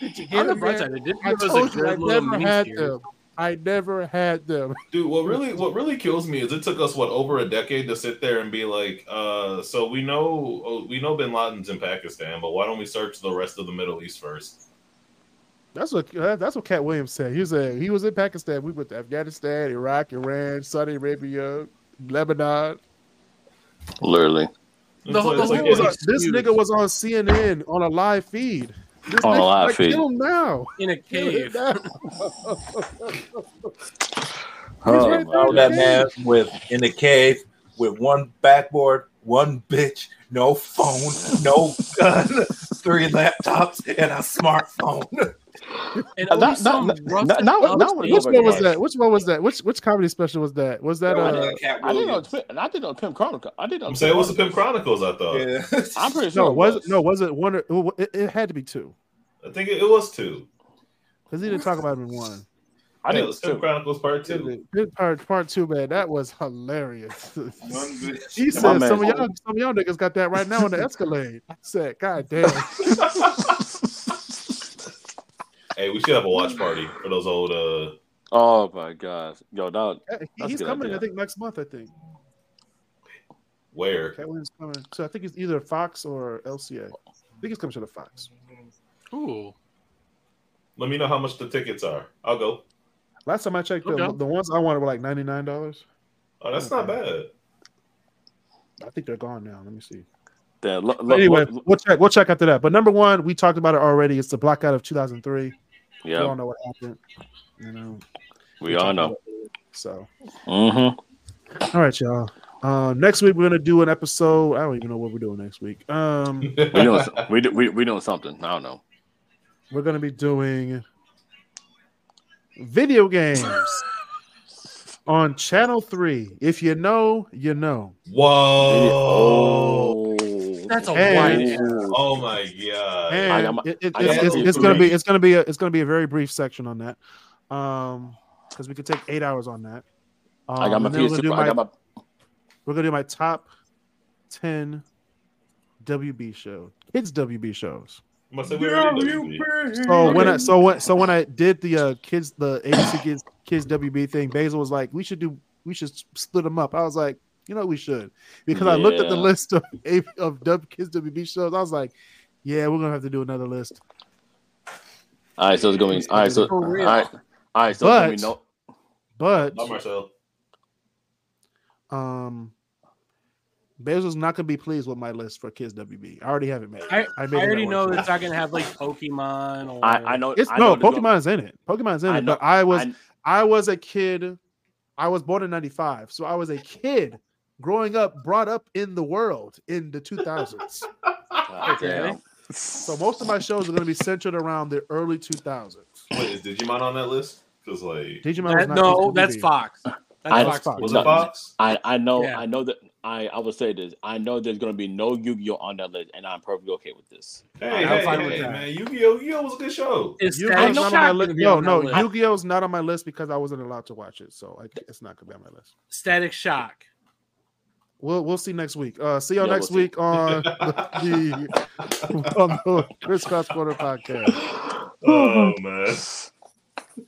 Did you get On the him bright yet? side, it did I give us a told you, I good little never had mini-series. them. I never had them. Dude, what really what really kills me is it took us what over a decade to sit there and be like, uh, so we know oh, we know Bin Laden's in Pakistan, but why don't we search the rest of the Middle East first? That's what that- that's what Cat Williams said. He was a, he was in Pakistan. We went to Afghanistan, Iraq, Iran, Saudi Arabia, Lebanon. Literally. The whole- This the nigga, was It's like- whole- it's on, like- this nigga was on CNN on a live feed. This On a nigga- live like, feed. Kill him now. in a Kill him cave. now. right Oh, my there. Found that man with in the cave with one backboard, one bitch, no phone, no gun, three laptops, and a smartphone. And Uh, only that- some that- rough that- that one- that one- Which upstate- Oh my one was gosh. that? Which one was that? Which which comedy special was that? Was that uh? That was Cat I didn't know. Williams. It's, Pimp- I didn't know Pimp Chronicle. I didn't know. I'm Pimp saying it was the Chronicle. Pimp Chronicles. I thought. Yeah. I'm pretty sure. No, it was it, no, was it one? Or, it wa- it, it had to be two I think it, it was two. because he didn't talk about it in one. I Yeah, think it it was was Pimp two. Chronicles Part Two. Good part, part two, man. That was hilarious. One bitch. He My said man- some of y'all, some of y'all niggas got that right now on the Escalade. I said, God damn. Hey, we should have a watch party for those old. uh Oh my gosh, yo, that That's he's a good coming. idea. I think next month. I think Where? Cat Williams coming. So I think it's either Fox or LCA. I think it's coming to the Fox. Ooh. Let me know how much the tickets are. I'll go. Last time I checked, the- Okay. the, ones I wanted were like ninety nine dollars. Oh, that's not bad. I think they're gone now. Let me see. damn. Look, But anyway, we'll check. We'll check after that. But number one, we talked about it already. It's the blackout of two thousand three. We all yeah, know what happened. You know. we all know. So. Mm-hmm. All right, y'all. Uh, next week we're gonna do an episode. I don't even know what we're doing next week. Um, We doing we do, we we doing something. I don't know. we're gonna be doing video games on Channel Three. If you know, you know. Oh. Whoa! That's a Hey. wide Oh my god! I And got my- it- it- it's, I got my it's- own it's gonna be three. it's gonna be a, it's gonna be a very brief section on that, um, because we could take eight hours on that. Um, I got my and then we're PS2. gonna do I my- got my We're gonna do my top ten WB show, kids WB shows. I'm gonna say we already did it. So when I so when so when I did the uh, kids the ABC kids kids WB thing, Basil was like, "We should do we should split them up." I was like, "You know, we should," because I looked at the Yeah. list of A- of dub kids WB shows. I was like, "Yeah, we're gonna have to do another list." All right, so it's going to be all right. So all For real. right, all right. So But- it's gonna But Not Marcel. um, Basil's not gonna be pleased with my list for kids WB. I already have it made. I, I, made it already that way. know it's not gonna have like Pokemon be no. or I, I know. It's I no know there's gonna- Pokemon's in it. Pokemon's in I it. know- But I was I- I was a kid. I was born in 95. So I was a kid growing up, brought up in the world in the 2000s. God damn. so most of my shows are going to be centered around the early 2000s. Wait, is Digimon on that list? Because like, Digimon was That- not no, on that's TV. Fox. That's I- Fox. Fox. was No. it Fox? I, I know Yeah. I know that I, I will say this. I know there's gonna be no Yu-Gi-Oh on that list, and I'm perfectly okay with this. Hey, I'm hey, fine with hey, that. man! Yu-Gi-Oh! Yu-Gi-Oh was a good show. Is Yu-Gi-Oh's Static know not on Shock my gonna list. be No, on no, that list? Yu-Gi-Oh's not on my list because I wasn't allowed to watch it, so I, it's not gonna be on my list. Static Shock. We'll we'll see next week. Uh, see y'all Yeah, next we'll see. week on the, on the Crisscross Corner podcast. Oh man!